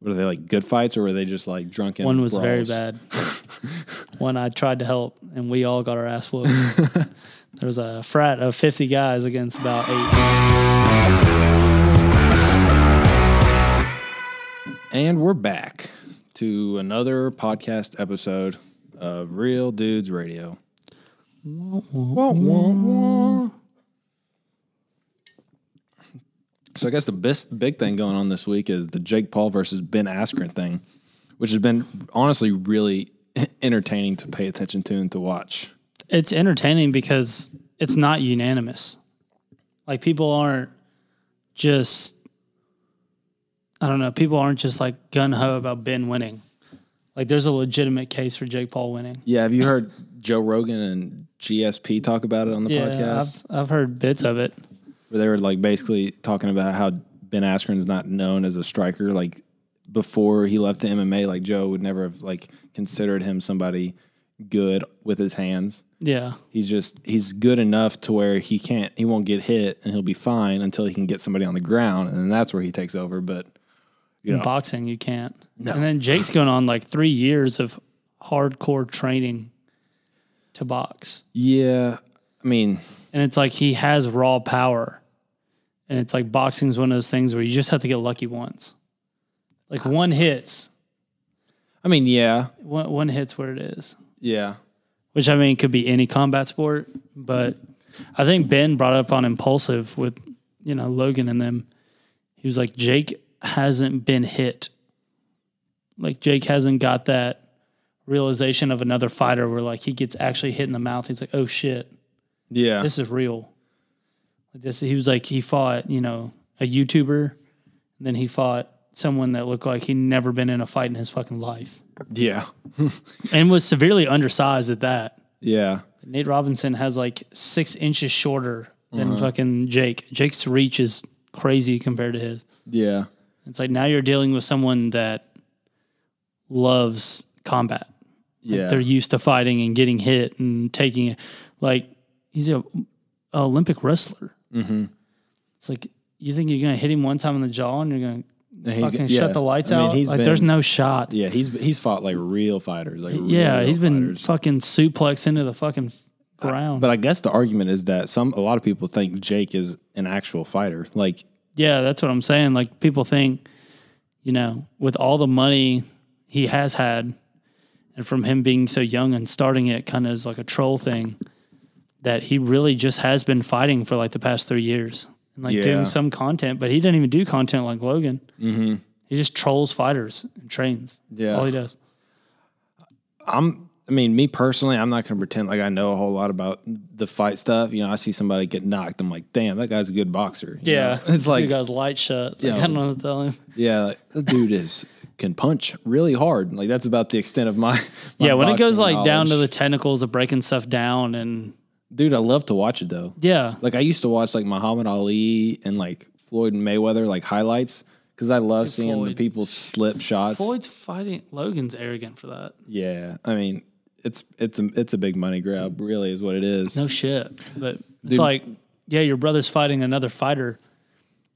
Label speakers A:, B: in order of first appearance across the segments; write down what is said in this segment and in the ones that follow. A: Were they like good fights, or were they just like drunken?
B: One was very
A: brawls?
B: bad. One I tried to help, and we all got our ass whooped. there was a frat of 50 guys against about eight.
A: And we're back to another podcast episode of Real Dudes Radio. Wah, wah, wah. So I guess the best big thing going on this week is the Jake Paul versus Ben Askren thing, which has been honestly really entertaining to pay attention to and to watch.
B: It's entertaining because it's not unanimous. Like people aren't just, I don't know, people aren't just like gun ho about Ben winning. Like there's a legitimate case for Jake Paul winning.
A: Yeah, have you heard Joe Rogan and GSP talk about it on the
B: Yeah,
A: podcast?
B: I've, I've heard bits of it.
A: where they were like basically talking about how Ben Askren's not known as a striker. Like before he left the MMA, like Joe would never have like considered him somebody good with his hands.
B: Yeah.
A: He's just he's good enough to where he can't he won't get hit and he'll be fine until he can get somebody on the ground and then that's where he takes over. But
B: In boxing, you can't. And then Jake's going on like three years of hardcore training to box.
A: yeah, I mean
B: And it's like he has raw power. And it's like boxing's one of those things where you just have to get lucky once. Like one hits,
A: I mean yeah.
B: one, one hits where it is,
A: Yeah.
B: which I mean could be any combat sport. But I think Ben brought up on Impulsive with, you know, Logan and them. He was like, Jake hasn't been hit. Like Jake hasn't got that realization of another fighter where like he gets actually hit in the mouth. He's like, oh shit,
A: Yeah.
B: this is real. Like this, he was like he fought you know a YouTuber, and then he fought someone that looked like he'd never been in a fight in his fucking life,
A: yeah.
B: and was severely undersized at that.
A: Yeah.
B: Nate Robinson has like six inches shorter than
A: Uh-huh.
B: fucking Jake. Jake's reach is crazy compared to his.
A: Yeah.
B: It's like now you're dealing with someone that loves combat.
A: Yeah.
B: They're used to fighting and getting hit and taking it. Like he's a, a Olympic wrestler. Mm-hmm. It's like you think you're gonna hit him one time in the jaw and you're gonna
A: And he's-
B: fucking
A: yeah.
B: shut the lights
A: I mean,
B: out.
A: he's
B: Like there's
A: been-
B: no shot. Yeah,
A: Yeah, he's he's fought like real fighters. Like real
B: he's been
A: fighters.
B: fucking suplex into the fucking ground.
A: But I guess the argument is that some a lot of people think Jake is an actual fighter. Like,
B: Yeah, that's what I'm saying. Like people think, you know, with all the money he has had, and from him being so young and starting it kind of as like a troll thing, that he really just has been fighting for like the past three years and like
A: Yeah.
B: doing some content, but he didn't even do content like Logan. Mm-hmm. He just trolls fighters and trains. That's
A: Yeah.
B: all he does.
A: I mean, me personally, I'm not going to pretend like I know a whole lot about the fight stuff. You know, I see somebody get knocked, I'm like, damn, that guy's a good boxer. you know? it's like,
B: you guys light shut. Like,
A: Yeah.
B: I don't know what to tell him.
A: yeah, like, the dude is can punch really hard. Like that's about the extent of my, my
B: yeah, when it goes
A: boxing
B: like down to
A: knowledge.
B: the tentacles of breaking stuff down and
A: dude, I love to watch it though.
B: yeah,
A: Like I used to watch like Muhammad Ali and like Floyd Mayweather like highlights because I love seeing the
B: Floyd.
A: people slip shots.
B: Floyd's fighting Logan's arrogant for that.
A: Yeah, I mean, it's it's a, it's a big money grab, really, is what it is.
B: Mm. No shit. But it's like, yeah, your brother's fighting another fighter.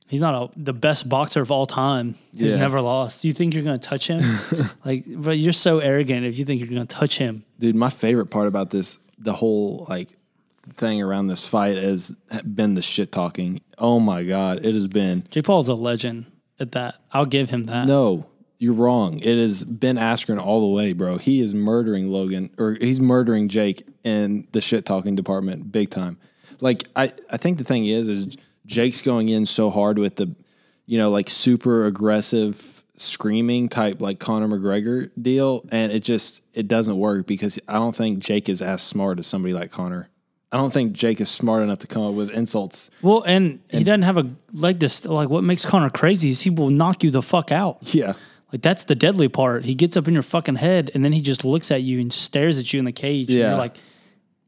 B: He's not a, the best boxer of all time. Who's
A: Yeah.
B: never lost. You think you're going to touch him? like, but you're so arrogant if you think you're going to touch him.
A: Dude, my favorite part about this, the whole like thing around this fight, has been the shit talking. Oh my god, it has been
B: Jake Paul's a legend at that. I'll give him that.
A: no. You're wrong. It has been Askren all the way, bro. He is murdering Logan, or he's murdering Jake in the shit talking department, big time. Like I, I think the thing is, is Jake's going in so hard with the, you know, like super aggressive screaming type, like Conor McGregor deal, and it just it doesn't work because I don't think Jake is as smart as somebody like Conor. I don't think Jake is smart enough to come up with insults.
B: Well, and, he doesn't have a leg to, st- like, what makes Connor crazy is he will knock you the fuck out.
A: Yeah,
B: Like, that's the deadly part. He gets up in your fucking head and then he just looks at you and stares at you in the cage. And
A: Yeah.
B: you're like,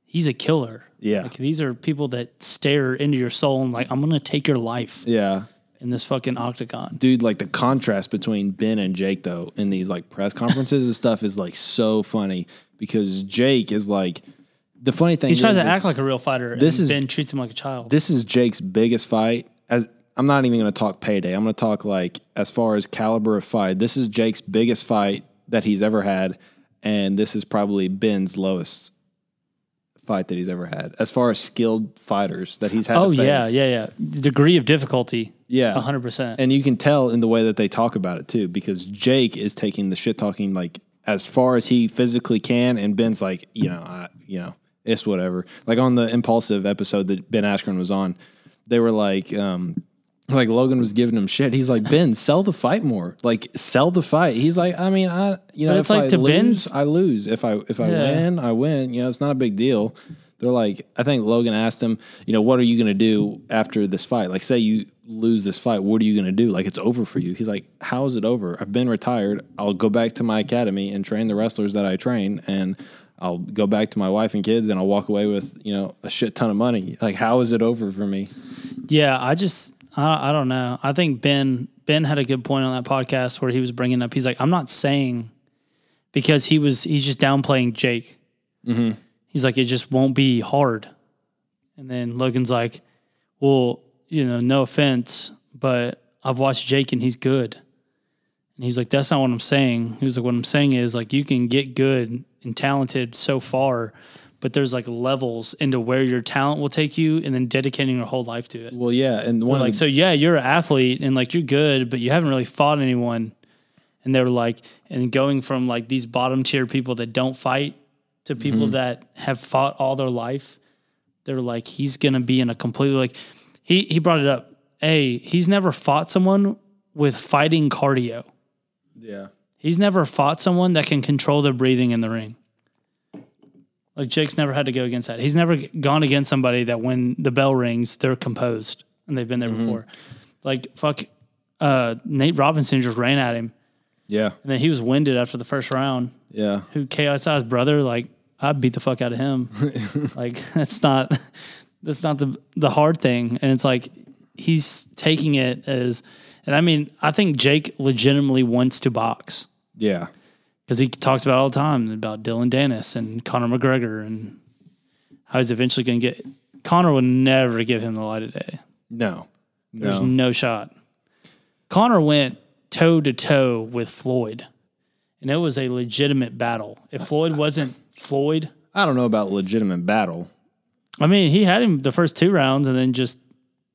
B: he's a killer.
A: Yeah.
B: Like, these are people that stare into your soul and, like, I'm going to take your life
A: yeah.
B: in this fucking octagon.
A: dude, like the contrast between Ben and Jake though in these like press conferences and stuff is like so funny because Jake is like the funny thing
B: He tries
A: is,
B: to
A: is
B: act like a real fighter.
A: This
B: and
A: is-
B: Ben treats him like a child.
A: this is Jake's biggest fight as I'm not even going to talk payday. I'm going to talk like as far as caliber of fight. This is Jake's biggest fight that he's ever had, and this is probably Ben's lowest fight that he's ever had as far as skilled fighters that he's had. to
B: Oh yeah,
A: face.
B: yeah, yeah. Degree of difficulty.
A: yeah,
B: hundred percent.
A: And you can tell in the way that they talk about it too, because Jake is taking the shit talking like as far as he physically can, and Ben's like, you know, I, you know, it's whatever. Like on the impulsive episode that Ben Askren was on, they were like, um, like Logan was giving him shit. He's like, Ben, sell the fight more. Like, sell the fight. He's like, I mean, I, you know,
B: But it's
A: if
B: like
A: I
B: to
A: lose,
B: Ben's-
A: I lose. If I if I
B: Yeah.
A: win, I win. You know, it's not a big deal. They're like, I think Logan asked him, you know, what are you going to do after this fight? Like, say you lose this fight, what are you going to do? Like, it's over for you. He's like, how is it over? I've been retired. I'll go back to my academy and train the wrestlers that I train, and I'll go back to my wife and kids, and I'll walk away with you know a shit ton of money. Like, how is it over for me?
B: Yeah, I just I, I don't know. I think Ben Ben had a good point on that podcast where he was bringing up. He's like, I'm not saying because he was he's just downplaying Jake. He's like, it just won't be hard. And then Logan's like, well, you know, no offense, but I've watched Jake and he's good. And he's like, that's not what I'm saying. He was like, what I'm saying is like you can get good and talented so far, but there's like levels into where your talent will take you, and then dedicating your whole life to it.
A: Well, yeah, and one
B: Like,
A: of the-
B: so yeah, you're an athlete and like you're good, but you haven't really fought anyone. And they were like, and going from like these bottom tier people that don't fight to people
A: Mm-hmm.
B: that have fought all their life, they're like, he's gonna be in a completely like he he brought it up. Hey, he's never fought someone with fighting cardio.
A: yeah,
B: He's never fought someone that can control their breathing in the ring. Like Jake's never had to go against that. He's never g- gone against somebody that when the bell rings, they're composed and they've been there before. Like fuck, uh, Nate Robinson just ran at him,
A: yeah,
B: and then he was winded after the first round.
A: yeah.
B: Who KSI's brother? Like I beat the fuck out of him. like that's not that's not the the hard thing, and it's like he's taking it as, and I mean I think Jake legitimately wants to box
A: Yeah.
B: because he talks about all the time about Dylan Dennis and Conor McGregor and how he's eventually going to get. Conor will never give him the light of day.
A: No.
B: There's
A: no.
B: no shot. Conor went toe to toe with Floyd, and it was a legitimate battle. If Floyd wasn't Floyd,
A: I don't know about legitimate battle.
B: I mean, he had him the first two rounds, and then just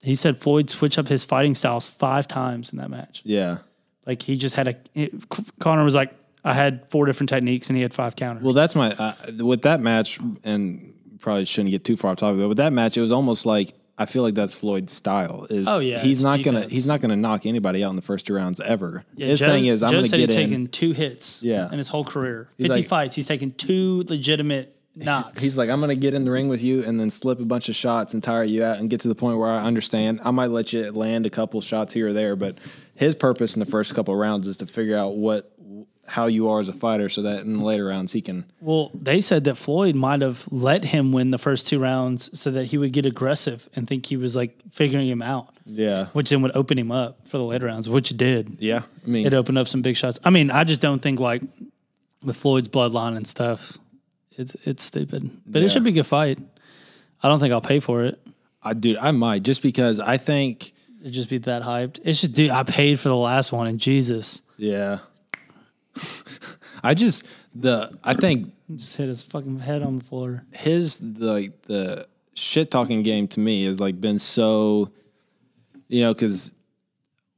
B: he said Floyd switched up his fighting styles five times in that match.
A: Yeah.
B: Like he just had a it, Conor was like, I had four different techniques, and he had five counters.
A: Well, that's my uh, with that match, and probably shouldn't get too far off topic, but with that match, it was almost like I feel like that's Floyd's style. Is
B: Oh, yeah,
A: he's
B: it's
A: not gonna
B: defense.
A: he's not gonna knock anybody out in the first two rounds ever.
B: Yeah,
A: His
B: Joe-
A: thing is I'm
B: Joe
A: gonna
B: said he'd
A: get in.
B: taken two hits.
A: Yeah.
B: in his whole career, fifty
A: like-
B: fights, he's taken two legitimate knocks.
A: He's like, I'm gonna get in the ring with you and then slip a bunch of shots and tire you out and get to the point where I understand. I might let you land a couple shots here or there, but his purpose in the first couple of rounds is to figure out what how you are as a fighter, so that in the later rounds he can.
B: well, they said that Floyd might have let him win the first two rounds so that he would get aggressive and think he was like figuring him out,
A: Yeah,
B: which then would open him up for the later rounds, which it did.
A: yeah. uh, I mean,
B: It opened up some big shots. I mean, I just don't think like with Floyd's bloodline and stuff, it's it's stupid, but
A: Yeah.
B: it should be a good fight. I don't think I'll pay for it.
A: I dude, I might just because I think.
B: It'd just be that hyped. It's just, dude, I paid for the last one, and Jesus.
A: Yeah. I just the I think
B: just hit his fucking head on the floor.
A: his the the shit talking game to me has like been so you know because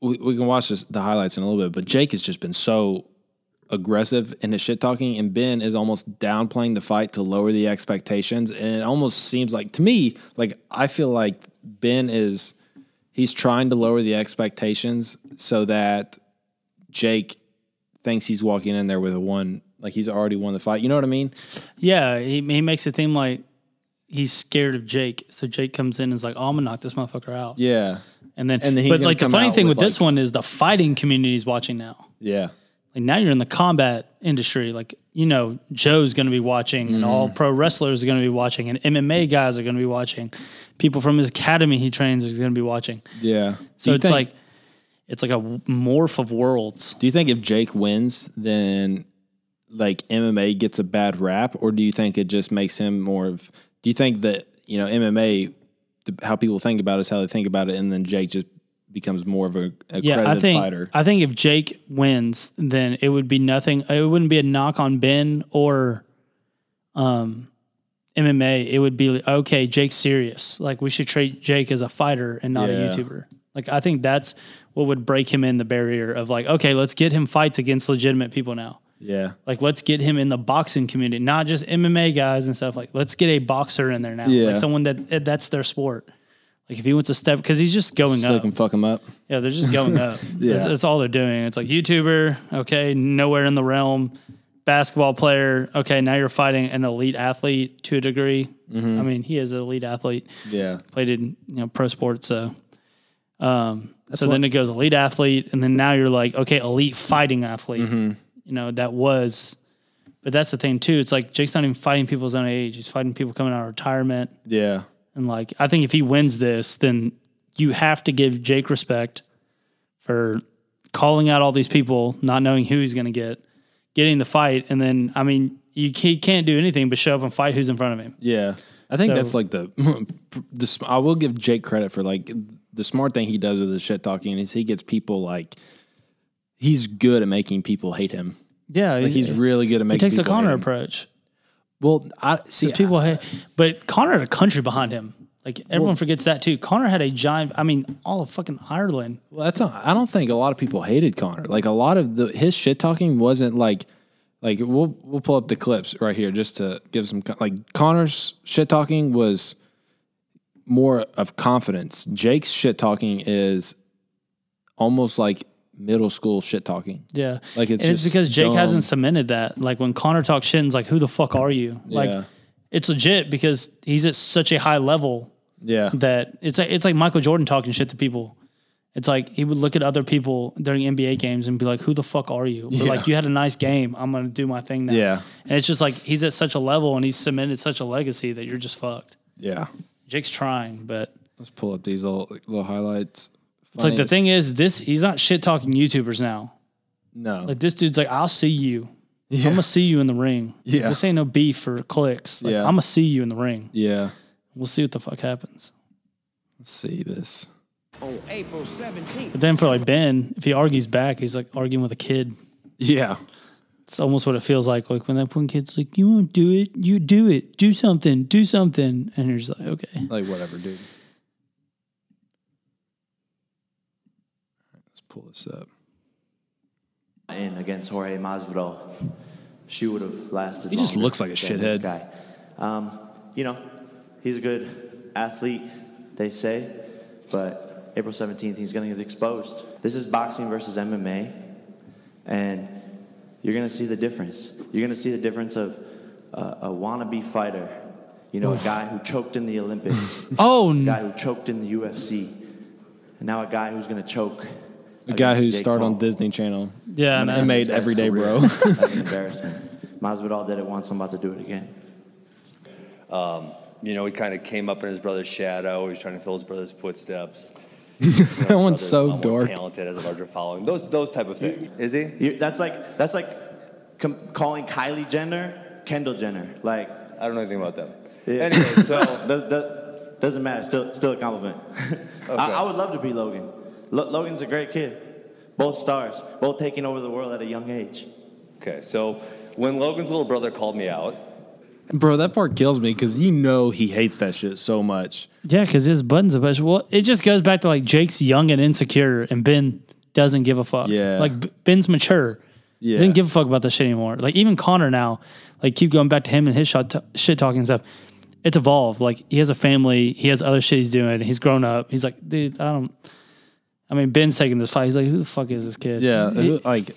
A: we, we can watch this, the highlights in a little bit but Jake has just been so aggressive in his shit talking and Ben is almost downplaying the fight to lower the expectations and it almost seems like to me like I feel like Ben is he's trying to lower the expectations so that Jake thinks he's walking in there with a one like he's already won the fight you know what I mean
B: Yeah, he, he makes it seem like he's scared of Jake. So Jake comes in and is like, oh, I'm gonna knock this motherfucker out.
A: yeah
B: And then,
A: And then he's
B: but
A: gonna
B: like the
A: come
B: funny
A: out
B: thing
A: with,
B: with this
A: like-
B: one is the fighting community is watching now.
A: yeah
B: Like now you're in the combat industry. Like, you know, Joe's gonna be watching and
A: Mm.
B: all pro wrestlers are gonna be watching and MMA guys are gonna be watching. People from his academy he trains is gonna be watching.
A: Yeah.
B: So it's like it's like a w- morph of worlds.
A: do you think if Jake wins, then like MMA gets a bad rap, or do you think it just makes him more of? Do you think that you know MMA, the- how people think about it is how they think about it, and then Jake just becomes more of a accredited
B: Yeah, I think
A: fighter.
B: I think if Jake wins, then it would be nothing. It wouldn't be a knock on Ben or um, MMA. It would be okay. Jake's serious. Like we should treat Jake as a fighter and not
A: Yeah.
B: a YouTuber. Like I think that's what would break him in the barrier of like, okay, let's get him fights against legitimate people now.
A: yeah,
B: Like let's get him in the boxing community, not just MMA guys and stuff. Like let's get a boxer in there now,
A: Yeah.
B: like someone that that's their sport. Like if he wants to step, because he's just going
A: so they
B: up.
A: can fuck him up.
B: Yeah, they're just going up.
A: Yeah.
B: that's, that's all they're doing. It's like YouTuber, okay, nowhere in the realm. Basketball player, okay, now you're fighting an elite athlete to a degree. I mean, he is an elite athlete,
A: Yeah,
B: played in you know pro sports, so. Um, so then it goes elite athlete, and then now you're like, okay, elite fighting athlete. You know that was, but that's the thing too. It's like Jake's not even fighting people his own age; he's fighting people coming out of retirement.
A: yeah,
B: And like, I think if he wins this, then you have to give Jake respect for calling out all these people, not knowing who he's going to get, getting the fight, and then I mean, you ca- he can't do anything but show up and fight who's in front of him.
A: yeah. I think
B: So-
A: that's like the, the. sm- I will give Jake credit for like the smart thing he does with his shit talking is he gets people like. He's good at making people hate him.
B: Yeah,
A: Like he's really good at making.
B: takes the
A: people hate
B: Connor
A: him.
B: approach.
A: Well, I see. I-
B: People hate, but Connor had a country behind him. Like everyone forgets that too. Connor had a giant. I mean, all of fucking Ireland.
A: Well, that's not, I don't think a lot of people hated Connor. Like a lot of the his shit talking wasn't like like we'll we'll pull up the clips right here just to give some con- like Connor's shit talking was more of confidence. Jake's shit talking is almost like middle school shit talking.
B: Yeah,
A: Like, it's
B: and it's
A: just
B: because Jake
A: dumb.
B: hasn't cemented that. Like when Connor talks shit, and is like, "Who the fuck are you?" Like,
A: Yeah.
B: it's legit because he's at such a high level
A: Yeah.
B: that it's like, it's like Michael Jordan talking shit to people. It's like he would look at other people during NBA games and be like, "Who the fuck are you?" Or like, "You had a nice game. I'm gonna do my thing now."
A: Yeah.
B: and it's just like he's at such a level and he's cemented such a legacy that you're just fucked.
A: Yeah.
B: Jake's trying, but
A: Let's pull up these little little highlights.
B: it's like the thing is, this he's not shit talking YouTubers now.
A: No.
B: Like this dude's like, "I'll see you.
A: yeah.
B: I'm gonna see you in the ring.
A: Yeah.
B: This ain't no beef or clicks. Like,
A: Yeah.
B: I'm gonna see you in the ring.
A: yeah.
B: We'll see what the fuck happens."
A: Let's see this.
C: on April 17th.
B: But then for like Ben, if he argues back, he's like arguing with a kid.
A: Yeah.
B: It's almost what it feels like. Like when that one kid's like, "You won't do it. You do it. Do something. Do something." And you're just like, "Okay."
A: Like whatever, dude. Let's pull this up.
D: in against Jorge Masvidal, she would have lasted.
A: He just
D: longer
A: looks like a
D: than this
A: shithead.
D: guy. Um, you know, he's a good athlete, they say, but April seventeenth, he's going to get exposed. This is boxing versus MMA, and you're going to see the difference. You're going to see the difference of uh, a wannabe fighter. You know, a guy who choked in the Olympics,
B: Oh,
D: a
B: n-
D: guy who choked in the UFC, and now a guy who's going to choke.
A: The guy
D: against
A: who
D: Jake
A: starred on
D: Paul.
A: Disney Channel.
B: yeah.
A: I
B: No.
A: made
D: This guy's
A: Everyday
D: career
A: Bro.
D: That's an embarrassment. Masvidal did it once. I'm about to do it again.
E: you know, he kind of came up in his brother's shadow. He was trying to fill his brother's footsteps.
A: That one's
E: Brother's a
A: so
E: lot more
A: dark.
E: Talented has a larger following. Those those type of things. Is he?
D: You, that's like that's like com- calling Kylie Jenner Kendall Jenner. Like,
E: I don't know anything about them.
D: Yeah.
E: Anyway, so
D: does, does, doesn't matter. Still, still a compliment. I, I would love to be Logan. Lo- Logan's a great kid. Both stars. Both taking over the world at a young age.
E: okay, so when Logan's little brother called me out,
A: Bro, that part kills me because you know he hates that shit so much.
B: Yeah, because his buttons a bunch. Well, it just goes back to like Jake's young and insecure, and Ben doesn't give a fuck.
A: Yeah.
B: like B- Ben's mature.
A: Yeah.
B: He didn't give a fuck about that shit anymore. Like even Connor now, like keep going back to him and his shot shit talking and stuff. It's evolved. Like he has a family. He has other shit he's doing. He's grown up. He's like, dude, I don't. I mean, Ben's taking this fight. He's like, who the fuck is this kid?
A: Yeah.
B: He-
A: like,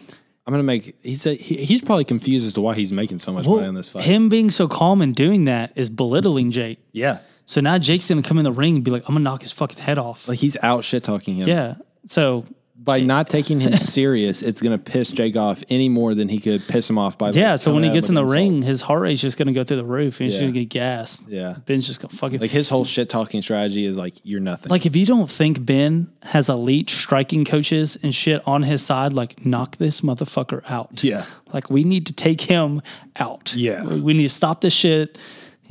A: I'm going to make. He said he, he's probably confused as to why he's making so much
B: well,
A: money on this fight.
B: him being so calm and doing that is belittling Jake.
A: yeah.
B: So now Jake's gonna come in the ring and be like, I'm gonna knock his fucking head off.
A: Like, he's out shit talking him.
B: yeah. So
A: By not taking him serious, it's going to piss Jake off any more than he could piss him off by. like,
B: Yeah, so when
A: coming
B: he
A: at him
B: gets in
A: with
B: the ring,
A: insults.
B: his heart rate's just gonna go through the roof, and he's
A: Yeah.
B: just gonna get gassed.
A: Yeah.
B: Ben's just gonna fucking
A: like,
B: like,
A: his whole shit talking strategy is like, you're nothing.
B: if you don't think Ben has elite striking coaches and shit on his side, like knock this motherfucker out.
A: Yeah.
B: like we need to take him out.
A: Yeah.
B: we, we need to stop this shit.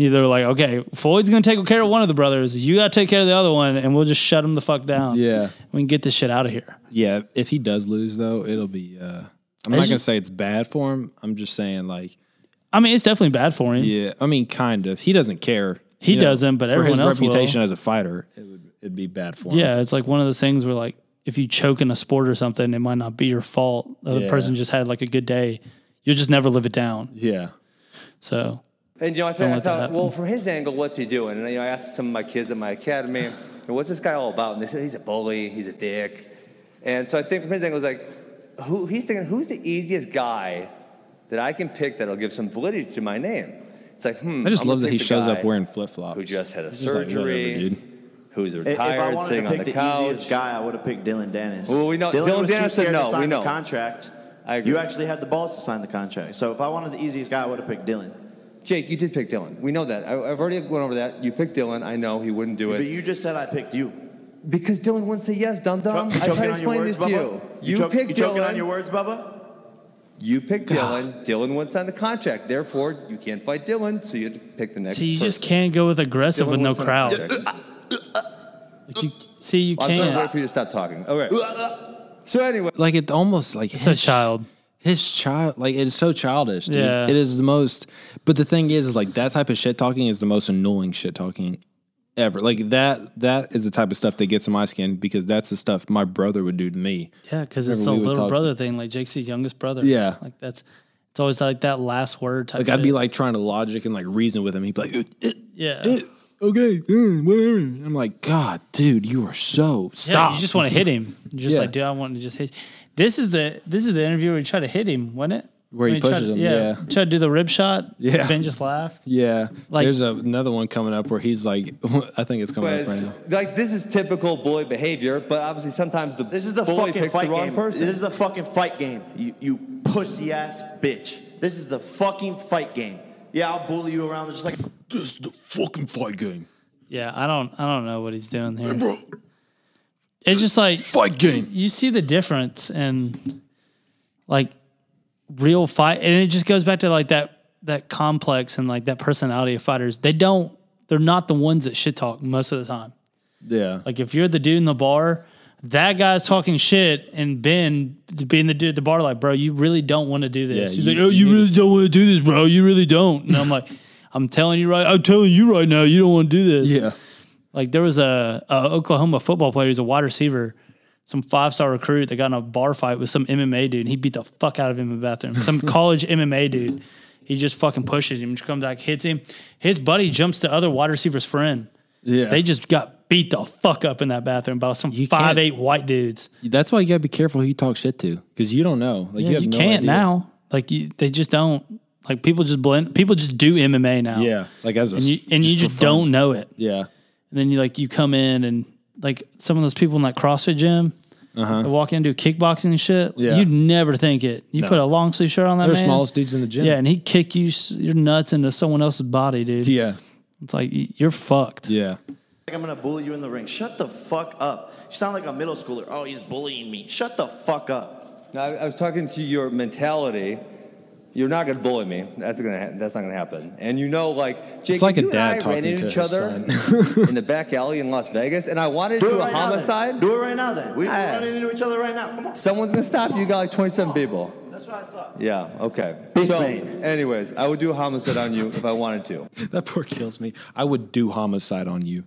B: They're like, okay, Floyd's gonna take care of one of the brothers. You gotta take care of the other one, and we'll just shut him the fuck down.
A: Yeah.
B: we can get this shit out of here.
A: Yeah, if he does lose though, it'll be. Uh, I'm not
B: just-
A: gonna say it's bad for him. I'm just saying like,
B: I mean, it's definitely bad for him.
A: yeah. I mean, kind of. He doesn't care.
B: He doesn't, but
A: for his
B: everyone else will.
A: reputation as a fighter, it would it'd be bad for him.
B: Yeah, it's like one of those things where like if you choke in a sport or something, it might not be your fault. The other
A: Yeah.
B: person just had like a good day. You'll just never live it down.
A: Yeah.
B: So
E: And you know, I, th-
B: Don't
E: I
B: let that
E: thought,
B: happen.
E: well, from his angle, what's he doing? And you know, I asked some of my kids at my academy, you know, what's this guy all about? And they said he's a bully, he's a dick. And so I think from his angle, it's like, who, he's thinking, who's the easiest guy that I can pick that'll give some validity to my name? It's like, hmm.
A: I just
E: I'm gonna
A: love that
E: pick
A: he
E: the
A: shows
E: guy
A: up wearing flip flops.
E: Who just had a
A: like, whatever,
E: surgery,
A: dude.
E: who's
D: If- if I
E: retired,
D: wanted
E: sitting
D: to
E: on
D: pick
E: the,
D: the,
E: couch.
D: easiest guy, I would have picked Dylan Dennis.
E: Well, we know- Dylan
D: was too
E: Dennis said
D: scared to
E: no, we
D: sign
E: know.
D: The contract.
E: I agree.
D: You actually had the balls to sign the contract. So if I wanted the easiest guy, I would have picked Dylan.
E: Jake, you did pick Dylan. We know that. I, I've already went over that. You picked Dylan. I know he wouldn't do
D: But
E: it
D: you just said I picked you.
E: because Dylan wouldn't say yes. Dum dum.
D: You
E: I
D: choking
E: tried to
D: on your
E: explain
D: words,
E: this to you.
D: Bubba?
E: You,
D: choke-
E: picked
D: you choking
E: Dylan.
D: on your words, Bubba?
E: You picked Dylan. Dylan wouldn't sign the contract. Therefore, you can't fight Dylan, so you have to pick the next.
B: see, you just
E: person.
B: can't go with aggressive
D: Dylan
B: with no
D: wants a-
B: crowd. Like, you- see, you
E: I'm trying to wait
B: can't.
E: for you to stop talking. Okay. So anyway,
A: Like it almost like
B: It's a child.
A: His child, like it's so childish. Dude.
B: Yeah.
A: it is the most. But the thing is, is like that type of shit talking is the most annoying shit talking ever. Like that, that is the type of stuff that gets on my skin because that's the stuff my brother would do to me.
B: Yeah, because it's the
A: Remember we would
B: little
A: talk-
B: brother thing. Like Jake's the youngest brother.
A: Yeah.
B: like that's. It's always like that last word type.
A: Like I'd be
B: shit.
A: like trying to logic and like reason with him. He'd be like, "Uh, uh,
B: yeah,
A: uh, okay, uh, whatever. I'm like, God, dude, you are so stop.
B: Yeah, you just want to hit him. You're just
A: Yeah.
B: like, dude, I want to just hit. This is the this is the interview where you try to hit him, wasn't it?
A: Where he
B: When you tried
A: pushes
B: to-
A: him, yeah.
B: try to do the rib shot.
A: Yeah.
B: Ben just laughed.
A: Yeah,
B: Like-
A: there's a, another one coming up where he's like, I think it's coming
E: but
A: up right now.
E: it's- like this is typical bully behavior, but obviously sometimes the
D: This is the
E: bully
D: fucking
E: picks
D: fight
E: the wrong
D: game.
E: person.
D: This is the fucking fight game. You, you pussy ass bitch. This is the fucking fight game. Yeah, I'll bully you around just like
A: This is the fucking fight game,
B: Yeah, I don't I don't know what he's doing here. It's just like
A: fight game.
B: you see the difference in like real fight, and it just goes back to like that that complex and like that personality of fighters. They don't. They're not the ones that shit talk most of the time.
A: Yeah,
B: Like if you're the dude in the bar, that guy's talking shit, and Ben being the dude at the bar, like, bro, you really don't want to do this.
A: Yeah,
B: He's
A: you-
B: like, oh,
A: you
B: you,
A: need
B: really
A: to-
B: don't want to do this, bro. You really don't. And I'm like, I'm telling you right. I'm telling you right now, you don't want to do this.
A: yeah.
B: Like there was a, a Oklahoma football player. He's a wide receiver, some five star recruit that got in a bar fight with some MMA dude. And he beat the fuck out of him in the bathroom. Some college MMA dude. He just fucking pushes him. Just comes back, hits him. His buddy jumps to other wide receiver's friend.
A: Yeah.
B: They just got beat the fuck up in that bathroom by some
A: You
B: five
A: can't-
B: eight white dudes.
A: That's why you gotta be careful who you talk shit to, because you don't know. Like
B: Yeah,
A: you
B: you,
A: have no
B: can't
A: idea.
B: now. Like you, they just don't. Like people just blend. People just do MMA now.
A: Yeah, like as a
B: and you and you
A: for
B: just
A: fun.
B: don't know it.
A: Yeah,
B: And then you like you come in and like some of those people in that CrossFit gym, uh walk in and do kickboxing and shit.
A: Uh-huh. Yeah.
B: You'd never think it. You put a long sleeve shirt on that
A: they're
B: man.
A: smallest dudes in the gym.
B: Yeah, and he kick you s- your nuts into someone else's body, dude.
A: yeah,
B: It's like y- you're fucked.
A: yeah.
D: Like I'm gonna bully you in the ring. Shut the fuck up. You sound like a middle schooler. Oh, he's bullying me. Shut the fuck up.
E: Now, I, I was talking to your mentality. You're not going to bully me. That's going to ha- that's not going to happen. And you know, like Jake,
A: like
E: if
A: a
E: you
A: dad
E: and I
A: talking
E: ran into
A: to
E: each
A: his
E: other in the back alley in Las Vegas, and I wanted to
D: Do
E: do,
D: it
E: a
D: right
E: homicide.
D: Now then. Do it right now then. We're
E: Ah.
D: running into each other right now. Come on.
E: Someone's going to stop you. You got like 27 people.
D: That's what I thought.
E: Yeah. Okay.
D: Big
E: so,
D: brain.
E: anyways, I would do a homicide on you if I wanted to.
A: That poor kills me. I would do homicide on you.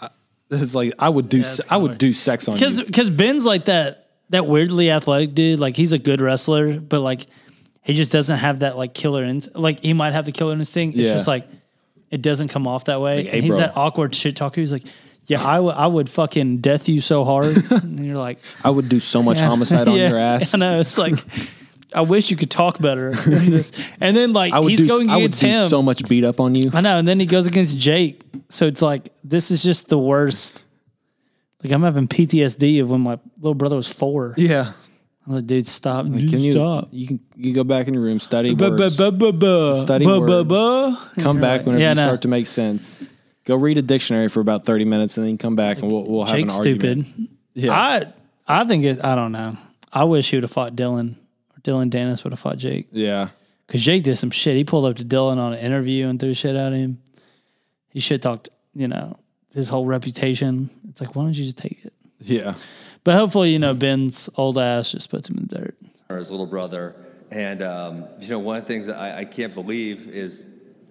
A: I, it's like I would do.
B: it's
A: se- I would
B: kinda
A: do sex on
B: Because
A: you.
B: Ben's like that that weirdly athletic dude. Like he's a good wrestler, but like he just doesn't have that like killer instinct. Like he might have the killer instinct. It's
A: Yeah.
B: just like it doesn't come off that way.
A: hey,
B: and he's
A: bro.
B: that awkward shit talker. He's like, yeah, I would I would fucking death you so hard. and you're like,
A: I would do so much
B: yeah,
A: homicide on
B: yeah,
A: your ass.
B: I know. It's like. I wish you could talk better. and then like
A: I would
B: he's
A: do.
B: going
A: I would
B: against
A: do
B: him.
A: so much beat up on you.
B: I know, and then he goes against Jake. So it's like this is just the worst. Like I'm having PTSD of when my little brother was four.
A: Yeah.
B: I was like, dude, stop, dude,
A: Can you?
B: stop.
A: You can. You go back in your room. Study words. Study
B: Study
A: words. Come back whenever
B: yeah,
A: you
B: no.
A: start to make sense. Go read a dictionary for about thirty minutes, and then come back, and we'll we'll have
B: Jake's
A: an argument.
B: stupid.
A: Yeah.
B: I I think it. I don't know. I wish he would have fought Dylan. Dylan Dennis would have fought Jake
A: Yeah.
B: because Jake did some shit. He pulled up to Dylan on an interview and threw shit at him. he shit talked, you know, his whole reputation. It's like, why don't you just take it?
A: Yeah.
B: But hopefully, you know, Ben's old ass just puts him in the dirt.
E: or his little brother. And um, you know, one of the things that I, I can't believe is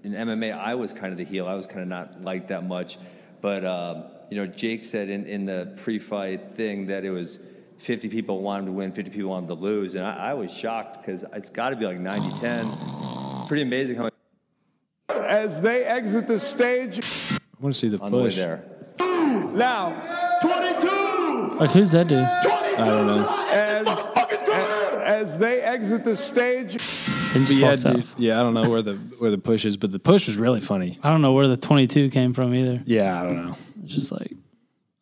E: in MMA, I was kind of the heel. I was kind of not liked that much. But um, you know, Jake said in, in the pre-fight thing that it was 50 people want him to win, 50 people want him to lose, and I, I was shocked because it's got to be like 90-10. Pretty amazing how
F: as they exit the stage.
A: I want to see the
E: on the way
A: push.
E: there.
F: Now, 22!
B: Like, who's that dude?
F: 22!
A: I don't know.
F: As, as they exit the stage.
B: And
A: But
B: just
A: yeah,
B: walks out.
A: dude, yeah, I don't know where the where the push is, but the push was really funny.
B: I don't know where the 22 came from either.
A: Yeah, I don't know.
B: It's just like,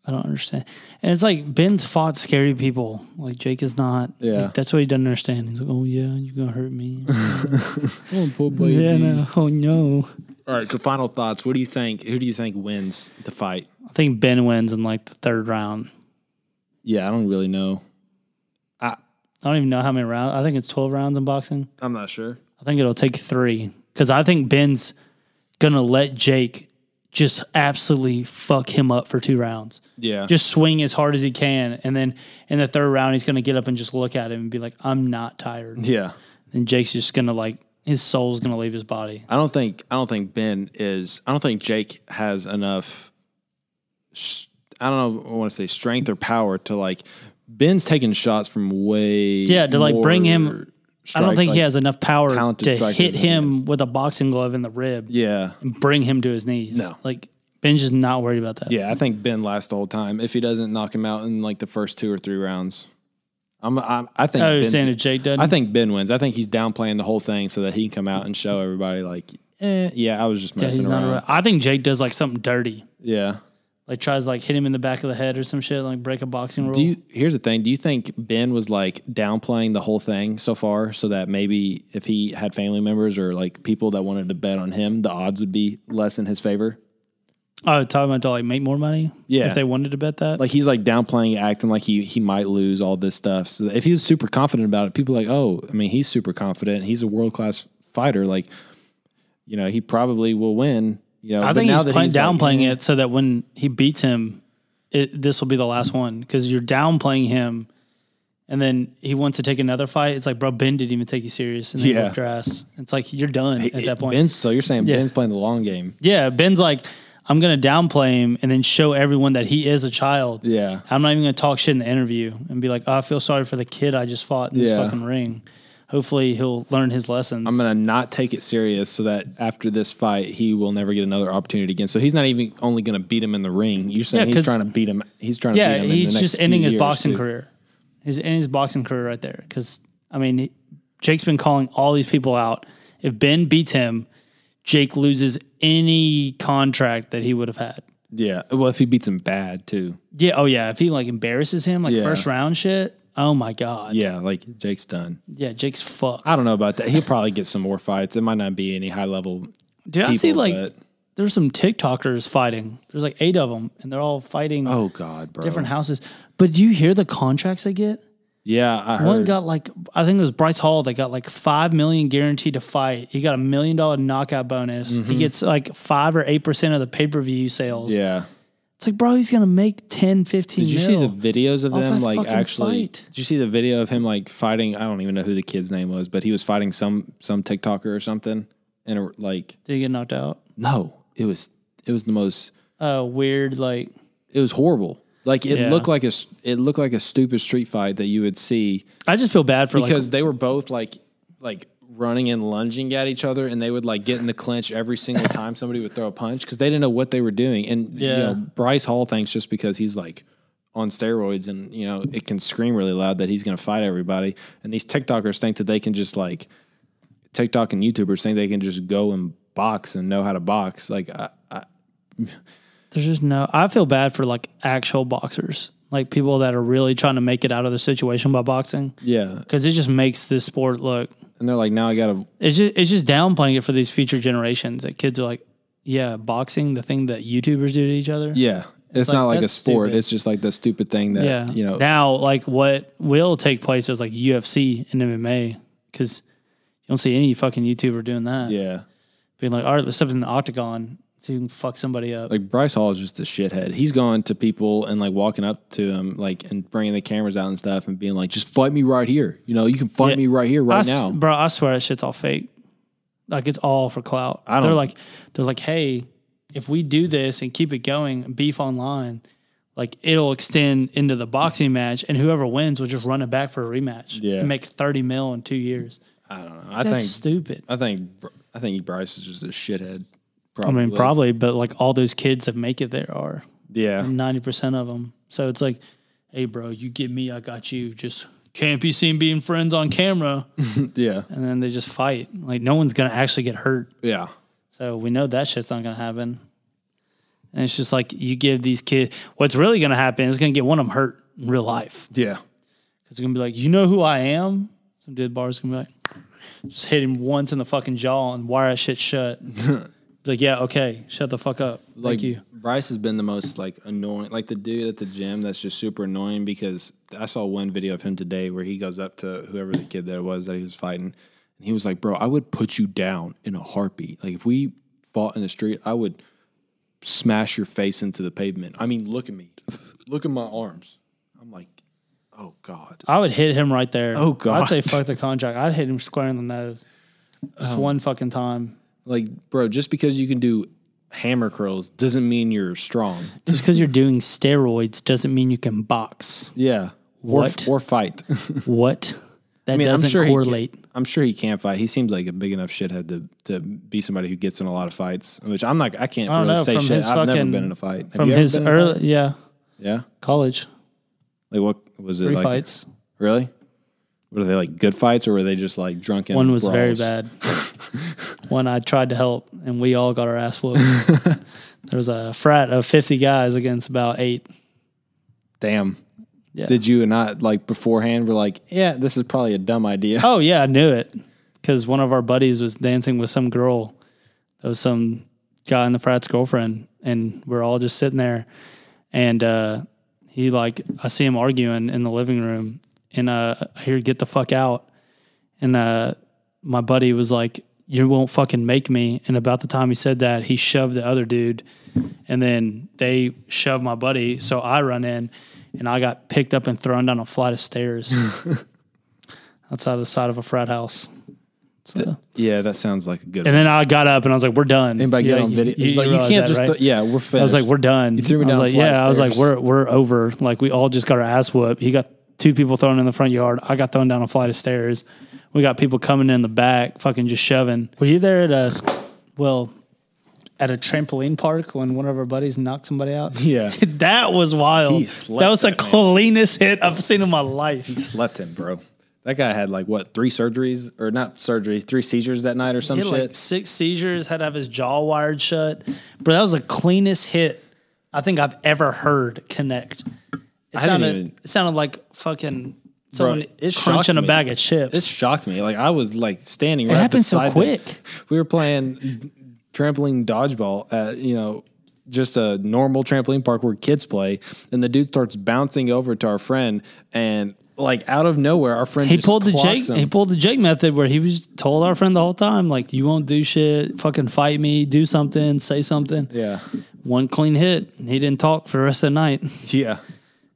B: I don't understand. And it's like Ben's fought scary people. Like Jake is not.
A: Yeah.
B: Like, that's what he doesn't understand. He's like, oh yeah, you're gonna hurt me. yeah, no, oh no.
A: All right, so final thoughts. What do you think? Who do you think wins the fight?
B: I think Ben wins in like the third round.
A: Yeah, I don't really know.
B: I don't even know how many rounds. I think it's 12 rounds in boxing.
A: I'm not sure.
B: I think it'll take three because I think Ben's gonna let Jake just absolutely fuck him up for two rounds.
A: Yeah.
B: Just swing as hard as he can, and then in the third round he's gonna get up and just look at him and be like, "I'm not tired."
A: yeah.
B: And Jake's just gonna like his soul's gonna leave his body.
A: I don't think I don't think Ben is I don't think Jake has enough s- I don't know I want to say strength or power to like Ben's taking shots from way
B: Yeah, to, like, bring him-
A: more
B: I don't
A: strike-
B: think he
A: like-
B: has enough power
A: talented
B: to
A: strikers
B: hit
A: than he
B: him with a boxing glove in the rib
A: Yeah.
B: and bring him to his knees.
A: No.
B: like Ben's just not worried about that.
A: Yeah, I think Ben lasts the whole time if he doesn't knock him out in like the first two or three rounds. I'm, I'm I think
B: Oh, you're
A: Ben's-
B: saying if Jake doesn't?
A: I think Ben wins. I think he's downplaying the whole thing so that he can come out and show everybody like, eh, yeah, I was just
B: yeah,
A: messing
B: he's not.
A: around.
B: Around. I think Jake does like something dirty.
A: Yeah.
B: like tries to like hit him in the back of the head or some shit, like break a boxing rule.
A: Do you? Here's the thing. Do you think Ben was like downplaying the whole thing so far, so that maybe if he had family members or like people that wanted to bet on him, the odds would be less in his favor?
B: oh, talking about to like make more money?
A: Yeah.
B: If they wanted to bet that?
A: Like he's like downplaying, it, acting like he he might lose all this stuff. So if he was super confident about it, people are like, oh, I mean, he's super confident. He's a world class fighter. Like, you know, he probably will win. You know,
B: I
A: but
B: think
A: now
B: he's
A: that
B: playing,
A: like,
B: downplaying
A: eh,
B: it so that when he beats him, it, this will be the last one because you're downplaying him and then he wants to take another fight. It's like, bro, Ben didn't even take you serious and then
A: Yeah.
B: yeah. your ass. It's like, you're done at that point.
A: Ben's, so you're saying
B: Yeah.
A: Ben's playing the long game?
B: yeah. Ben's like, I'm going to downplay him and then show everyone that he is a child.
A: Yeah.
B: I'm not even going to talk shit in the interview and be like, oh, I feel sorry for the kid I just fought in this
A: Yeah.
B: fucking ring. Hopefully he'll learn his lessons.
A: I'm gonna not take it serious so that after this fight he will never get another opportunity again. So he's not even only gonna beat him in the ring. You're saying
B: Yeah,
A: he's
B: 'cause-
A: trying to beat him. He's trying to
B: yeah,
A: beat him. in
B: he's
A: the next
B: just ending
A: few
B: his
A: years,
B: boxing
A: too.
B: career. He's ending his boxing career right there because I mean, he- Jake's been calling all these people out. If Ben beats him, Jake loses any contract that he would have had.
A: Yeah. Well, if he beats him bad too.
B: Yeah. Oh yeah. If he like embarrasses him, like
A: Yeah.
B: first round shit. Oh my god.
A: Yeah, like Jake's done.
B: Yeah. Jake's fucked.
A: I don't know about that. He'll probably get some more fights. It might not be any high level.
B: Dude, I see
A: people,
B: like
A: but-
B: there's some TikTokers fighting. There's like eight of them, and they're all fighting
A: Oh God, bro.
B: different houses. But do you hear the contracts they get?
A: Yeah, I heard.
B: One got like I think it was Bryce Hall that got like five million guaranteed to fight. He got a million dollar knockout bonus. He gets like five or eight percent of the pay per view sales.
A: Mm-hmm. yeah.
B: It's like, bro, he's gonna make 10, 15
A: Did you see the videos of
B: Off
A: them
B: that
A: like
B: fucking
A: actually?
B: fight.
A: Did you see the video of him like fighting? I don't even know who the kid's name was, but he was fighting some some TikToker or something, and it, like
B: Did he get knocked out?
A: No, it was it was the most
B: Uh weird, like
A: it was horrible. Like it
B: Yeah.
A: looked like a s- it looked like a stupid street fight that you would see
B: I just feel bad for
A: because
B: like
A: they were both like like running and lunging at each other and they would like get in the clinch every single time somebody would throw a punch because they didn't know what they were doing and you
B: Yeah.
A: know Bryce Hall thinks just because he's like on steroids and you know it can scream really loud that he's going to fight everybody and these TikTokers think that they can just like TikTok and YouTubers think they can just go and box and know how to box like I,
B: there's just no I feel bad for like actual boxers. Like people that are really trying to make it out of the situation by boxing.
A: yeah
B: Cause it just makes this sport look
A: and they're like now I got to
B: it's just it's just downplaying it for these future generations that kids are like, yeah, boxing, the thing that YouTubers do to each other.
A: Yeah. It's,
B: like,
A: not like a
B: that's
A: sport.
B: stupid.
A: It's just like the stupid thing that,
B: yeah.
A: you know,
B: now like what will take place is like UFC and MMA because you don't see any fucking YouTuber doing that.
A: yeah.
B: being like, all right, let's step in the octagon. so you can fuck somebody up.
A: Like Bryce Hall is just a shithead. He's gone to people and like walking up to him, like and bringing the cameras out and stuff, and being like, "Just fight me right here. You know, you can fight
B: Yeah.
A: me right here,
B: I
A: right
B: s-
A: now."
B: bro. I swear that shit's all fake. Like it's all for clout.
A: I don't-
B: They're like, they're like, hey, if we do this and keep it going, beef online, like it'll extend into the boxing match, and whoever wins will just run it back for a rematch.
A: Yeah.
B: and make thirty mil in two years.
A: I don't know. I
B: That's
A: think
B: stupid.
A: I think Br- I think Bryce is just a shithead.
B: I
A: Probably.
B: mean, probably, but like all those kids that make it there are
A: Yeah.
B: ninety percent of them. So it's like, hey, bro, you get me, I got you. Just can't be seen being friends on camera,
A: Yeah.
B: and then they just fight. Like no one's gonna actually get hurt.
A: Yeah.
B: So we know that shit's not going to happen. And it's just like you give these kids what's really going to happen is going to get one of them hurt in real life.
A: Yeah.
B: Because they're going to be like, you know who I am? Some dude bar's going to be like, just hit him once in the fucking jaw and wire that shit shut. It's like, yeah, okay, shut the fuck up.
A: Like
B: Thank you.
A: Bryce has been the most like annoying, like the dude at the gym that's just super annoying because I saw one video of him today where he goes up to whoever the kid that was that he was fighting, and he was like, "Bro, I would put you down in a heartbeat. Like if we fought in the street, I would smash your face into the pavement. I mean, look at me, look at my arms. I'm like, oh god,
B: I would hit him right there.
A: Oh, God. Um,
B: I'd say fuck the contract. I'd hit him square in the nose. Just one fucking time.
A: like bro, just because you can do hammer curls doesn't mean you're strong.
B: Just because you're doing steroids doesn't mean you can box.
A: Yeah,
B: What?
A: or, or fight.
B: What? That
A: mean, I'm
B: doesn't
A: sure he can-
B: correlate.
A: I'm sure he can fight. He seems like a big enough shithead to to be somebody who gets in a lot of fights. Which I'm like, I can't
B: I don't
A: really
B: know,
A: say
B: from
A: shit.
B: his
A: I've never
B: fucking-
A: been in a fight. Have
B: From
A: you ever
B: his
A: been in a
B: early,
A: fight?
B: yeah,
A: yeah.
B: college.
A: Like what was it?
B: Three
A: like,
B: fights.
A: Really? Were they like good fights or were they just like drunken?
B: One was very
A: brawls?
B: bad. One I tried to help, and we all got our ass whooped. there was a frat of fifty guys against about eight.
A: Damn.
B: Yeah.
A: Did you not like beforehand? Were like, yeah, this is probably a dumb idea.
B: oh yeah, I knew it because one of our buddies was dancing with some girl. That was some guy in the frat's girlfriend, and we're all just sitting there, and uh, he like I see him arguing in the living room, and uh, I hear get the fuck out, and uh, my buddy was like, "You won't fucking make me." And about the time he said that, he shoved the other dude, and then they shoved my buddy, so I run in, and I got picked up and thrown down a flight of stairs. Outside of the side of a frat house, so,
A: Yeah, that sounds like a good.
B: and then I got up and I was like, "We're done."
A: Anybody
B: You
A: get
B: know,
A: on
B: you-
A: video?
B: You,
A: He's like, you
B: realize
A: can't
B: that,
A: just.
B: right?
A: th- yeah, we're finished.
B: I was like, "We're done."
A: You threw me
B: I was
A: down a
B: like,
A: flight
B: "Yeah."
A: of
B: I was like,
A: stairs.
B: "We're we're over." Like we all just got our ass whooped. He got two people thrown in the front yard. I got thrown down a flight of stairs. We got people coming in the back, fucking just shoving. Were you there at a well at a trampoline park when one of our buddies knocked somebody out?
A: Yeah.
B: that was wild.
A: He slept
B: That was the
A: that man.
B: cleanest hit I've seen in my life.
A: He slept him, bro. That guy had like what three surgeries or not surgeries, three seizures that night or some
B: He had
A: shit.
B: like six seizures, had to have his jaw wired shut. Bro, that was the cleanest hit I think I've ever heard connect. It
A: I didn't
B: sounded
A: even-
B: it sounded like fucking someone
A: it shocked
B: crunching a
A: me.
B: bag of chips.
A: This shocked me. Like I was like standing. It right
B: happened so
A: beside them.
B: quick.
A: We were playing trampoline dodgeball at you know just a normal trampoline park where kids play, and the dude starts bouncing over to our friend, and like out of nowhere, our friend
B: he
A: just
B: pulled the Jake
A: clocks
B: he
A: him.
B: pulled the Jake method where he was told our friend the whole time, like, you won't do shit, fucking fight me, do something, say something.
A: yeah,
B: One clean hit. He didn't talk for the rest of the night.
A: yeah,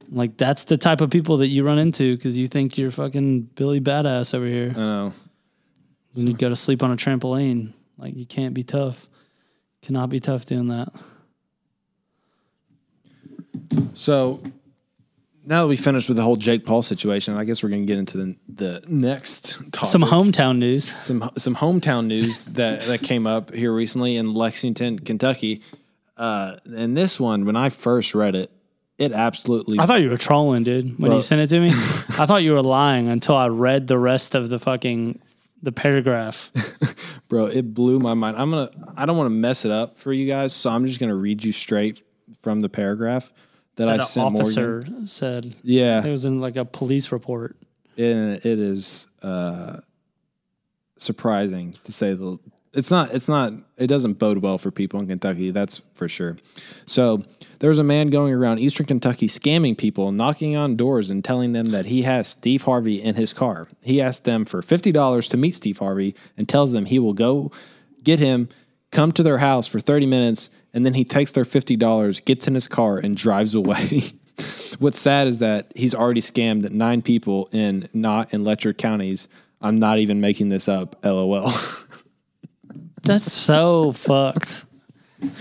B: Like that's the type of people that you run into because you think you're fucking Billy Badass over here.
A: I know.
B: when you go to sleep on a trampoline. Like you can't be tough. Cannot be tough doing that.
A: So now that we finished with the whole Jake Paul situation, I guess we're gonna get into the the next topic.
B: Some hometown news.
A: some some hometown news that that came up here recently in Lexington, Kentucky. Uh, and this one, when I first read it, it absolutely.
B: I thought you were trolling, dude, when
A: Bro.
B: you sent it to me. I thought you were lying until I read the rest of the fucking the paragraph.
A: bro, it blew my mind. I'm gonna. I don't want to mess it up for you guys, so I'm just gonna read you straight from the paragraph that I
B: That an
A: sent Morgan.
B: officer said
A: Yeah,
B: it was in like a police report.
A: and it is uh, surprising to say the. It's not. It's not. It doesn't bode well for people in Kentucky. That's for sure. So there was a man going around Eastern Kentucky scamming people, knocking on doors, and telling them that he has Steve Harvey in his car. He asked them for fifty dollars to meet Steve Harvey, and tells them he will go get him, come to their house for 30 minutes, and then he takes their $50, gets in his car, and drives away. What's sad is that he's already scammed nine people in Knott and Letcher counties. I'm not even making this up, lol.
B: That's so fucked.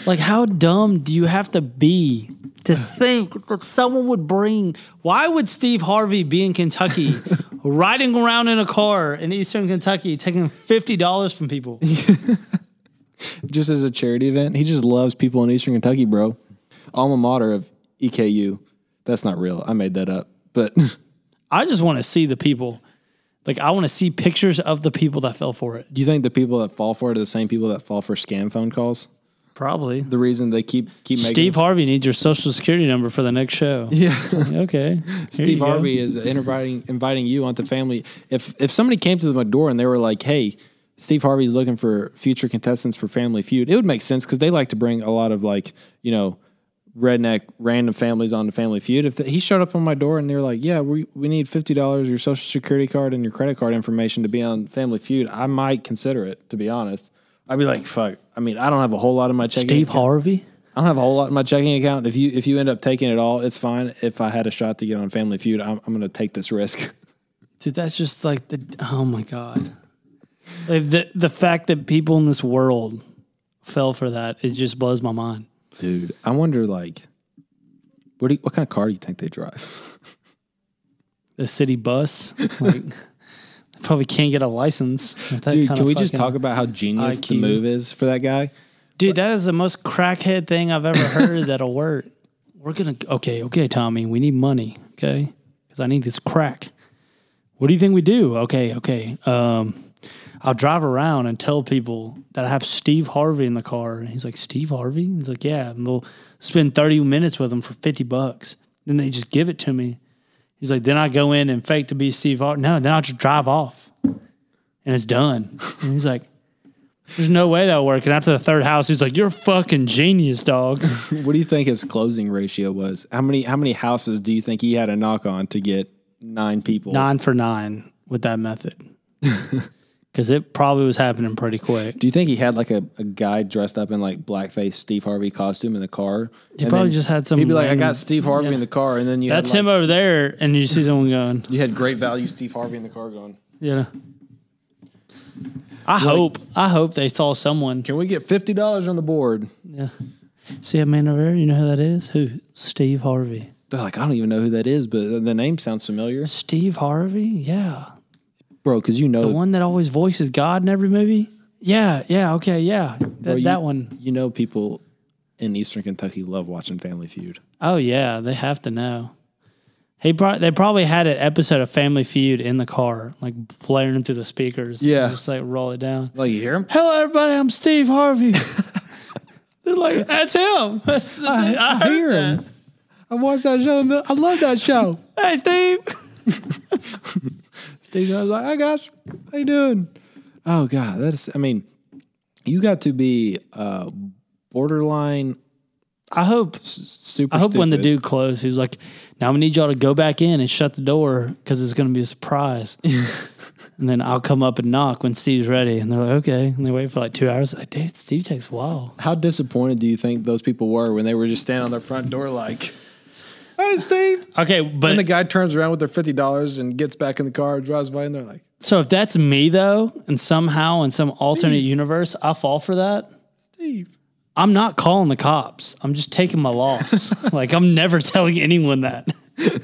B: Like, how dumb do you have to be to think that someone would bring? Why would Steve Harvey be in Kentucky, riding around in a car in Eastern Kentucky, taking fifty dollars from people?
A: just as a charity event. He just loves people in Eastern Kentucky, bro. Alma mater of EKU. That's not real. I made that up. But
B: I just want to see the people. Like, I want to see pictures of the people that fell for it.
A: do you think the people that fall for it are the same people that fall for scam phone calls?
B: Probably.
A: The reason they keep keep making
B: Steve Harvey needs your social security number for the next show. Yeah. okay. Here you
A: Steve
B: go.
A: Harvey is inviting inviting you onto family. If if somebody came to the door and they were like, "Hey, Steve Harvey's looking for future contestants for Family Feud," it would make sense because they like to bring a lot of like you know redneck random families onto Family Feud. If he showed up on my door and they're like, "Yeah, we we need fifty dollars, your social security card, and your credit card information to be on Family Feud," I might consider it. To be honest, I'd be like, "Fuck." I mean, I don't have a whole lot in my checking.
B: Steve
A: account.
B: Harvey?
A: I don't have a whole lot in my checking account. If you if you end up taking it all, it's fine. If I had a shot to get on Family Feud, I'm, I'm going to take this risk.
B: Dude, that's just like the oh my god. Like the the fact that people in this world fell for that, it just blows my mind.
A: Dude, I wonder like, what do you, what kind of car do you think they drive?
B: The city bus, like they probably can't get a license. with that
A: Dude,
B: kind
A: can
B: of
A: we just
B: fucking-
A: talk about how genius the
B: IQ.
A: move is for that guy?
B: Dude, that is the most crackhead thing I've ever heard that'll work. We're gonna okay, okay, Tommy. We need money, okay? Because I need this crack. What do you think we do? Okay, okay. Um, I'll drive around and tell people that I have Steve Harvey in the car, and he's like, Steve Harvey? He's like, yeah. And they'll spend thirty minutes with him for fifty bucks. Then they just give it to me. He's like, then I go in and fake to be Steve Harvey. No, then I just drive off, and it's done. And he's like. There's no way that'll work. And after the third house, he's like, "You're a fucking genius, dog."
A: What do you think his closing ratio was? How many how many houses do you think he had a knock on to get nine people?
B: nine for nine with that method, because it probably was happening pretty quick.
A: Do you think he had like a, a guy dressed up in like blackface Steve Harvey costume in the car? He
B: probably just had some
A: He'd be like, "I
B: random-
A: got Steve Harvey in the car," and then you
B: That's
A: had,
B: him
A: like-
B: over there, and you see someone going,
A: You had great value Steve Harvey in the car going.
B: "You know." I hope, I hope they saw someone.
A: Can we get fifty dollars on the board?
B: See a man over there. You know who that is? Who? Steve Harvey.
A: They're like, I don't even know who that is, but the name sounds familiar,
B: Steve Harvey. Yeah,
A: bro. Because you know,
B: the one that always voices God in every movie. Yeah, yeah, okay, yeah, Th-
A: bro, you-
B: that one.
A: You know, people in Eastern Kentucky love watching Family Feud.
B: Oh yeah, they have to know. He pro- they probably had an episode of Family Feud in the car, like blaring through the speakers. and
A: Yeah.
B: just like roll it down.
A: Like you hear him?
B: Hello, everybody. I'm Steve Harvey. They're like, that's him. That's, I, heard
A: hear
B: that.
A: him. I watched that show. and I love that show.
B: Hey, Steve.
A: Steve, I was like, "Hi guys, how you doing?" Oh god, that is. I mean, you got to be uh, borderline
B: I hope.
A: super.
B: I hope when the
A: stupid.
B: dude closed, he was like, "Now we need y'all to go back in and shut the door because it's going to be a surprise." and then I'll come up and knock when Steve's ready. And they're like, "Okay." And they wait for like two hours. Like, dude, Steve takes a while.
A: How disappointed do you think those people were when they were just standing on their front door, like, "Hey, Steve."
B: Okay, but
A: And the guy turns around with their fifty dollars and gets back in the car, drives by, and they're like,
B: So if that's me though, and somehow in some alternate universe I fall for that,
A: "Steve."
B: I'm not calling the cops. I'm just taking my loss. like I'm never telling anyone that.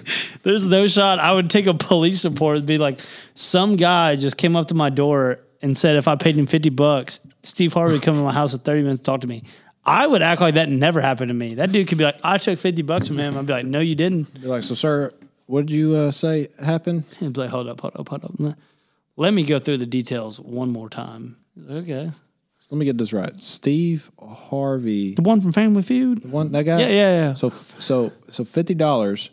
B: There's no shot I would take a police report and be like, some guy just came up to my door and said if I paid him 50 bucks, Steve Harvey would come to my house for 30 minutes to talk to me. I would act like that never happened to me. That dude could be like, I took 50 bucks from him. I'd be like, no, you didn't.
A: They're like, "So, sir, what did you uh, say happened?"
B: He's like, hold up, hold up, hold up. Let me go through the details one more time. Okay.
A: Let me get this right. Steve Harvey,
B: The one from Family Feud?
A: one that guy.
B: Yeah, yeah, yeah.
A: So, f- so, so fifty dollars,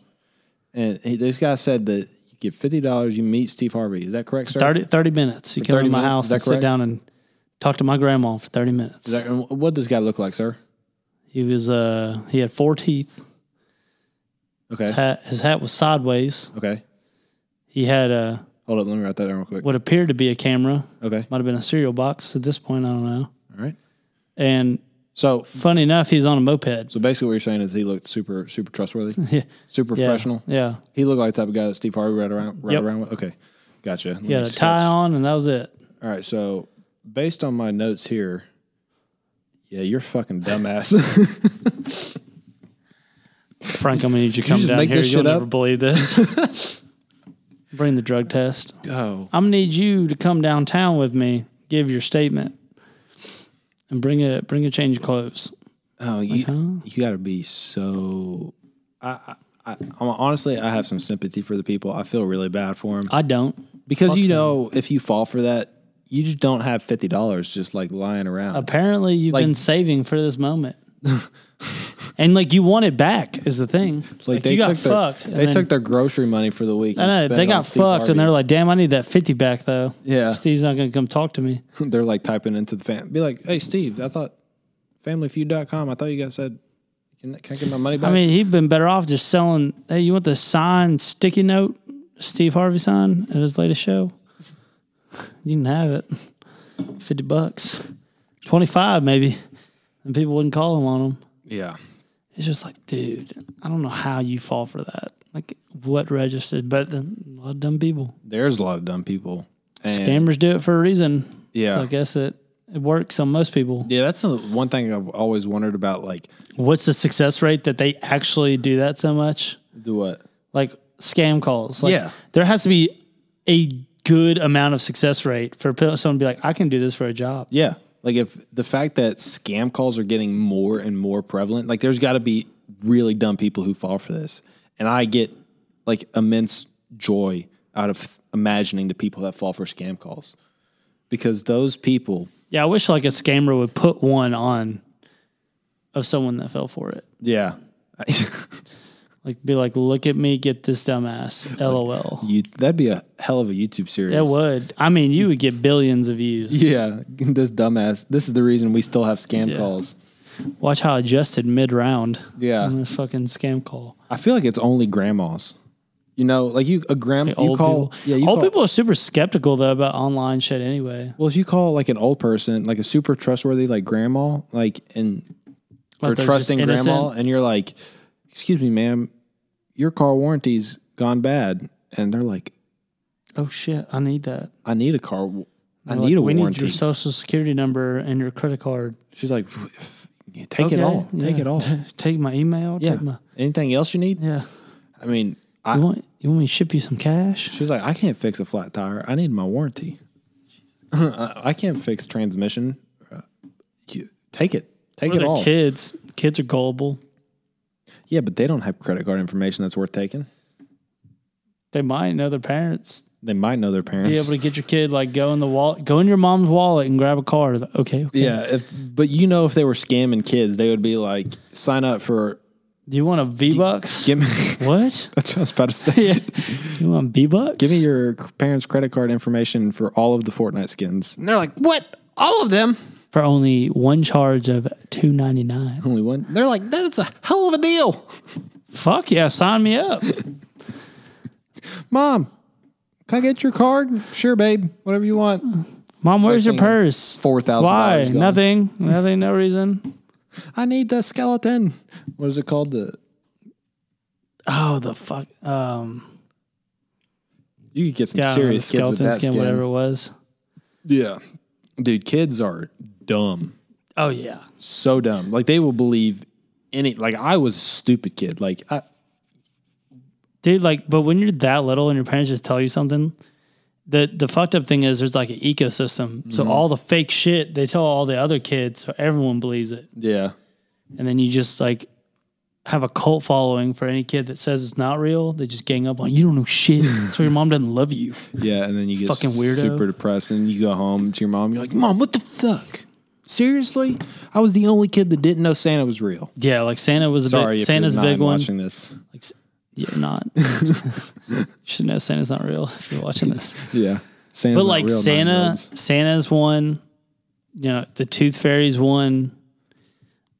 A: and he, this guy said that you get fifty dollars, you meet Steve Harvey. Is that correct, sir?
B: 30, 30 minutes. You come
A: 30
B: to my
A: minutes,
B: house
A: is that
B: and sit
A: correct?
B: down and talk to my grandma for 30 minutes.
A: And What does this guy look like, sir?
B: he was, uh, he had four teeth.
A: Okay.
B: His hat, his hat was sideways.
A: Okay.
B: He had a,
A: Hold up. Let me write that down real quick.
B: what appeared to be a camera.
A: Okay.
B: Might have been a cereal box at this point. I don't know.
A: All right.
B: And
A: So,
B: funny enough, he's on a moped.
A: so basically, what you're saying is he looked super, super trustworthy,
B: yeah.
A: super
B: Yeah.
A: professional.
B: Yeah.
A: He looked like the type of guy that Steve Harvey ran around, ran
B: Yep.
A: around with. Okay, gotcha. Let
B: He had
A: me
B: a tie
A: sketch.
B: on, and that was it.
A: All right, so based on my notes here, yeah, you're fucking dumbass.
B: Frank, I'm gonna need you to come
A: just
B: down
A: make
B: here.
A: this
B: You'll
A: shit
B: never
A: up?
B: believe this. Bring the drug test.
A: Go.
B: I'm gonna need you to come downtown with me, give your statement, and bring a bring a change of clothes.
A: Oh, you
B: Uh-huh.
A: you got to be so. I, I, I I'm- honestly, I have some sympathy for the people. I feel really bad for them
B: I don't.
A: because
B: Uh, fuck
A: you
B: them.
A: know if you fall for that, you just don't have fifty dollars just like lying around.
B: Uh, Apparently, you've
A: Like-
B: been saving for this moment. and like you want it back is the thing.
A: like, they
B: you got
A: took their,
B: fucked. and
A: They
B: then-
A: took their grocery money for the week.
B: I
A: and
B: know,
A: spent
B: they
A: it on
B: got
A: Steve
B: fucked, and they're
A: Harvey.
B: like, "Damn, I need that fifty back though."
A: Yeah.
B: Steve's not gonna come talk to me.
A: they're like typing into the fan, be like, "Hey, Steve, I thought FamilyFeud.com. I thought you guys said." Can, can I get my money back?
B: I mean, he'd been better off just selling. Hey, you want the signed sticky note, Steve Harvey signed at his latest show? You can have it. Fifty bucks, twenty five maybe, and people wouldn't call him on him.
A: yeah.
B: It's just like, dude, I don't know how you fall for that. Like, what registered? But then a lot of dumb people,
A: There's a lot of dumb people. And-
B: scammers, do it for a reason.
A: Yeah.
B: so I guess it it works on most people.
A: Yeah, that's the one thing I've always wondered about. Like,
B: What's the success rate that they actually do that so much?
A: do what?
B: Like scam calls. Like,
A: Yeah.
B: there has to be a good amount of success rate for pe- someone to be like, I can do this for a job.
A: Yeah. Like if the fact that scam calls are getting more and more prevalent, like there's got to be really dumb people who fall for this. And I get like immense joy out of imagining the people that fall for scam calls because those people,
B: Yeah, I wish like a scammer would put one on of someone that fell for it.
A: yeah.
B: Like, be like, look at me, get this dumbass. LOL.
A: you that'd be a hell of a YouTube series.
B: It would. I mean, you would get billions of views.
A: Yeah, this dumbass. This is the reason we still have scam
B: Yeah.
A: calls.
B: Watch how I adjusted mid round.
A: Yeah.
B: On this fucking scam call.
A: I feel like it's only grandmas. You know, like you a grandma. you
B: old
A: call
B: people.
A: yeah. You
B: old
A: call,
B: people are super skeptical though about online shit anyway.
A: Well, if you call like an old person, like a super trustworthy, like grandma, like and
B: Like,
A: or
B: they're just
A: trusting grandma,
B: innocent.
A: and you're like, "Excuse me, ma'am, your car warranty's gone bad," and they're like,
B: Oh shit, I need that.
A: "I need a car, wa- I
B: They're
A: need
B: like,
A: a
B: we
A: warranty."
B: need your social security number and your credit card.
A: She's like, "F- "Take it
B: Okay,
A: all, take
B: yeah.
A: it all,
B: T- take my email.
A: yeah."
B: Take my
A: Anything else you need?
B: yeah.
A: I mean,
B: You
A: I,
B: want you want me to ship you some cash?
A: she's like, "I can't fix a flat tire. I need my warranty. I, I can't fix transmission. Uh, you- take it, take
B: Well,
A: it
B: they're
A: all."
B: kids. Kids are gullible.
A: Yeah, but they don't have credit card information that's worth taking.
B: They might know their parents.
A: They might know their parents.
B: Be able to get your kid like go in the wallet, go in your mom's wallet and grab a card. Okay, okay.
A: Yeah, if but you know if they were scamming kids, they would be like, sign up for
B: Do you want a V bucks?
A: give me.
B: What?
A: That's what I was about to say.
B: You want B bucks?
A: Give me your parents' credit card information for all of the Fortnite skins. And they're like, what? All of them?
B: for only one charge of two ninety nine.
A: Only one. They're like, that is a hell of a deal,
B: Fuck yeah, sign me up.
A: mom. Can I get your card? Sure, babe. Whatever you want.
B: Mom, where's your
A: Next thing,
B: purse?
A: $4,000
B: Why?
A: gone.
B: Nothing. Nothing. No reason.
A: I need the skeleton. What is it called? The
B: Oh the fuck. Um,
A: you could get some
B: yeah, I don't know, the
A: serious kids with
B: skeleton
A: that
B: skin,
A: skin.
B: whatever it was.
A: Yeah, dude, kids are dumb.
B: Oh yeah.
A: so dumb. Like they will believe any. Like I was a stupid kid. Like I,
B: Dude, like, but when you're that little and your parents just tell you something, the the fucked up thing is there's like an ecosystem. So
A: Mm-hmm.
B: all the fake shit they tell all the other kids, so everyone believes it.
A: yeah,
B: and then you just like have a cult following for any kid that says it's not real. They just gang up on you. Don't know shit. That's why your mom doesn't love you.
A: yeah. And then you get
B: Fucking weirdo.
A: super depressed, and you go home to your mom. You're like, Mom, what the fuck? Seriously, I was the only kid that didn't know Santa was real.
B: Yeah, like Santa was a
A: Sorry,
B: big,
A: if
B: Santa's
A: you're
B: a big
A: nine
B: one.
A: watching this.
B: Like, s- you're not. you should know Santa's not real if you're watching this.
A: Yeah, Santa's
B: but
A: not
B: like
A: real,
B: Santa,
A: nine-year-olds.
B: Santa's one. You know, the Tooth Fairy's one.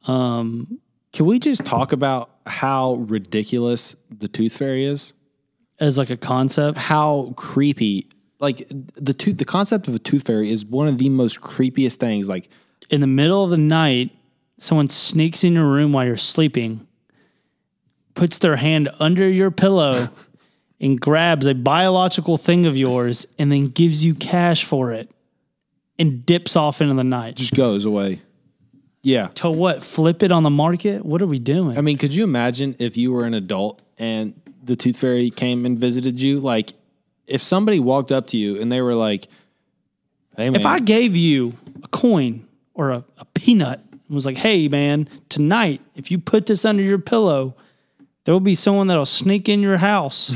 A: Can we just talk about how ridiculous the Tooth Fairy is?
B: As like a concept,
A: How creepy. Like the tooth, the concept of a tooth fairy is one of the most creepiest things. Like
B: in the middle of the night, someone sneaks in your room while you're sleeping, puts their hand under your pillow, and grabs a biological thing of yours, and then gives you cash for it, and dips off into the night.
A: Just goes away. Yeah.
B: To what? Flip it on the market? What are we doing?
A: I mean, could you imagine if you were an adult and the tooth fairy came and visited you? Like, if somebody walked up to you and they were like, "Hey man,
B: if I gave you a coin or a, a peanut and was like, hey, man, tonight, if you put this under your pillow, there will be someone that'll sneak in your house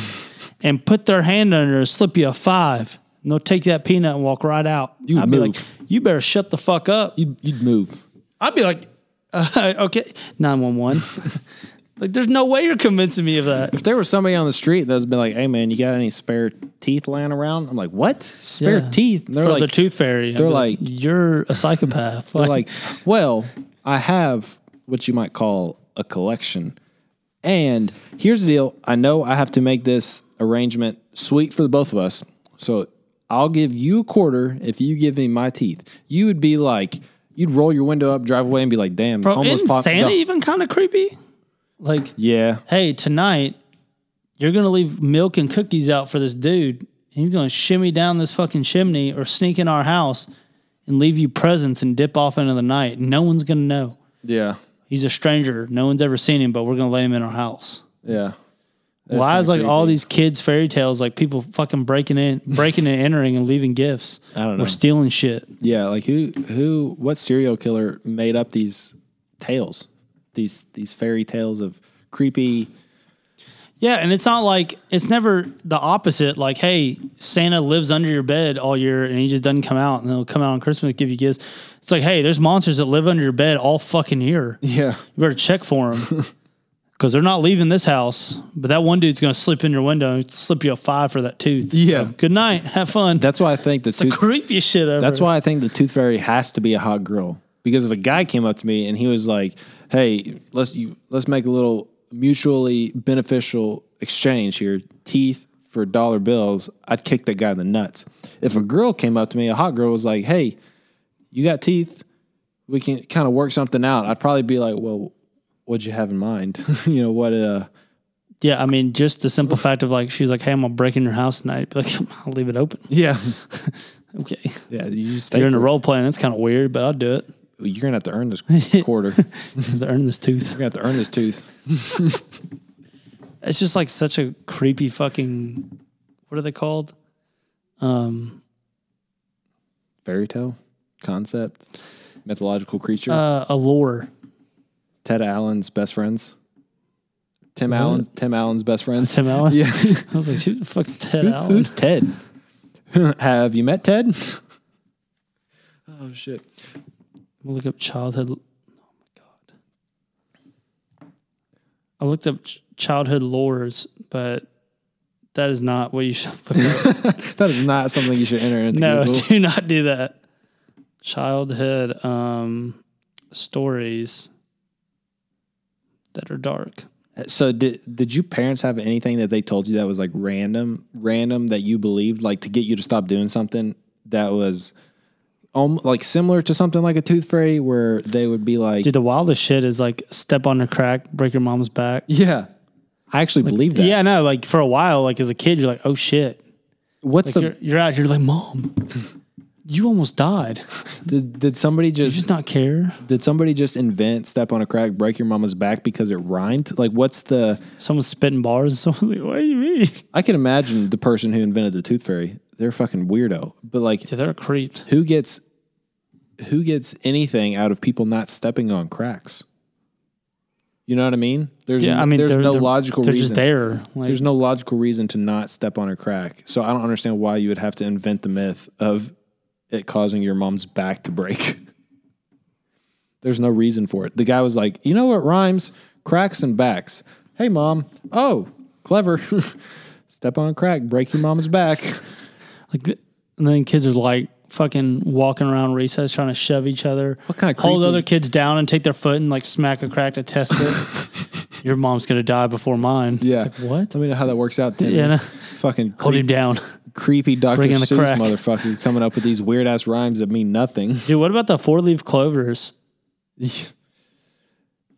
B: and put their hand under and slip you a five. And they'll take that peanut and walk right out.
A: You
B: I'd be like,
A: move.
B: you better shut the fuck up.
A: you'd, you'd move."
B: I'd be like, uh, okay, 911. like, there's no way you're convincing me of that.
A: If there was somebody on the street that's been like, "Hey man, you got any spare teeth laying around?" I'm like, "What? Spare
B: Yeah.
A: teeth?" And they're
B: For
A: like,
B: the tooth fairy. I'd
A: they're
B: be
A: like-
B: you're a psychopath.
A: They're like, well, I have what you might call a collection. And here's the deal I know I have to make this arrangement sweet for the both of us. So I'll give you a quarter if you give me my teeth. You would be like, you'd roll your window up, drive away, and be like, damn,
B: bro,
A: almost
B: isn't
A: popped
B: Santa
A: up.
B: even kind of creepy? Like,
A: Yeah.
B: hey, tonight you're gonna leave milk and cookies out for this dude. And he's gonna shimmy down this fucking chimney or sneak in our house and leave you presents and dip off into the night. No one's gonna know.
A: Yeah.
B: He's a stranger. No one's ever seen him, but we're gonna let him in our house.
A: Yeah.
B: Why is like
A: kinda
B: all
A: creepy.
B: these kids' fairy tales like people fucking breaking in, breaking and entering and leaving gifts? I
A: don't know.
B: Or stealing shit.
A: Yeah. Like who, who, what serial killer made up these tales? These, these fairy tales of creepy.
B: Yeah, and it's not like it's never the opposite. Like, hey, Santa lives under your bed all year, and he just doesn't come out, and he'll come out on Christmas and give you gifts. It's like, hey, there's monsters that live under your bed all fucking year. You
A: Yeah.
B: better check for them because they're not leaving this house. But that one dude's gonna slip in your window and slip you a five for that tooth.
A: Yeah.
B: So, good night. Have fun.
A: That's why I think the
B: the
A: tooth-
B: creepiest shit ever.
A: That's why I think the tooth fairy has to be a hot girl. Because if a guy came up to me and he was like, "Hey, let's you, let's make a little mutually beneficial exchange here, teeth for dollar bills," I'd kick that guy in the nuts. If a girl came up to me, a hot girl was like, "Hey, you got teeth? We can kind of work something out." I'd probably be like, "Well, what'd you have in mind? you know what? Uh,
B: Yeah, I mean, just the simple fact of like, she's like, hey, I'm gonna break in your house tonight. Like, I'll leave it open.
A: yeah,
B: Okay.
A: yeah. You just stay
B: You're in a
A: for-
B: role playing. That's kind of weird, but I'll do it.
A: You're gonna have to earn this quarter.
B: Have to earn this tooth.
A: You're gonna have to earn this tooth.
B: It's just like such a creepy fucking. What are they called? Um,
A: fairy tale concept, mythological creature.
B: Uh, a lore.
A: Ted Allen's best friends. Tim Allen's Tim Allen's best friends.
B: Tim Allen.
A: Yeah.
B: I was like, who the fuck's Ted
A: Who-
B: Allen?
A: Who's Ted? Have you met Ted? oh shit.
B: I'm gonna look up childhood. Oh my god. I looked up ch- childhood lores, but that is not what you should look up.
A: That is not something you should enter into
B: no,
A: Google.
B: do not do that. Childhood um, stories that are dark.
A: So did did your parents have anything that they told you that was like random, random that you believed, like to get you to stop doing something that was um, like similar to something like a tooth fairy where they would be like
B: Dude, the wildest shit is like step on a crack, break your mom's back.
A: Yeah. I actually believe that.
B: Yeah, no, like for a while, like as a kid, you're like, oh shit.
A: What's
B: You're,
A: the
B: you're out here like, mom, you almost died.
A: did, did somebody
B: You
A: just,
B: just not care.
A: did somebody just invent step on a crack break your mama's back because it rhymed? Like what's the
B: Someone's spitting bars. Someone's like, what do you mean?
A: I can imagine the person who invented the tooth fairy. They're a fucking weirdo. But like
B: Dude, they're creeped.
A: who gets who gets anything out of people not stepping on cracks? You know what I mean? There's
B: Yeah, I mean,
A: there's
B: they're,
A: no
B: they're-
A: logical
B: They're
A: reason.
B: just there. Like,
A: There's no logical reason to not step on a crack. So I don't understand why you would have to invent the myth of it causing your mom's back to break. There's no reason for it. The guy was like, you know what rhymes? Cracks and backs. Hey, mom. Oh, clever. step on a crack, break your mom's back.
B: like, th- and then kids are like fucking walking around recess trying to shove each other.
A: What kinda
B: Hold
A: creepy-
B: other kids down and take their foot and like smack a crack to test it. your mom's gonna die before mine. It's
A: Yeah.
B: like, what?
A: Let me know how that works out, Tim.
B: Yeah, I know.
A: Fucking
B: Hold him
A: creep-
B: down,
A: creepy Dr.
B: Bring in the
A: Seuss
B: crack.
A: motherfucker coming up with these weird ass rhymes that mean nothing.
B: dude. What about the four leaf clovers?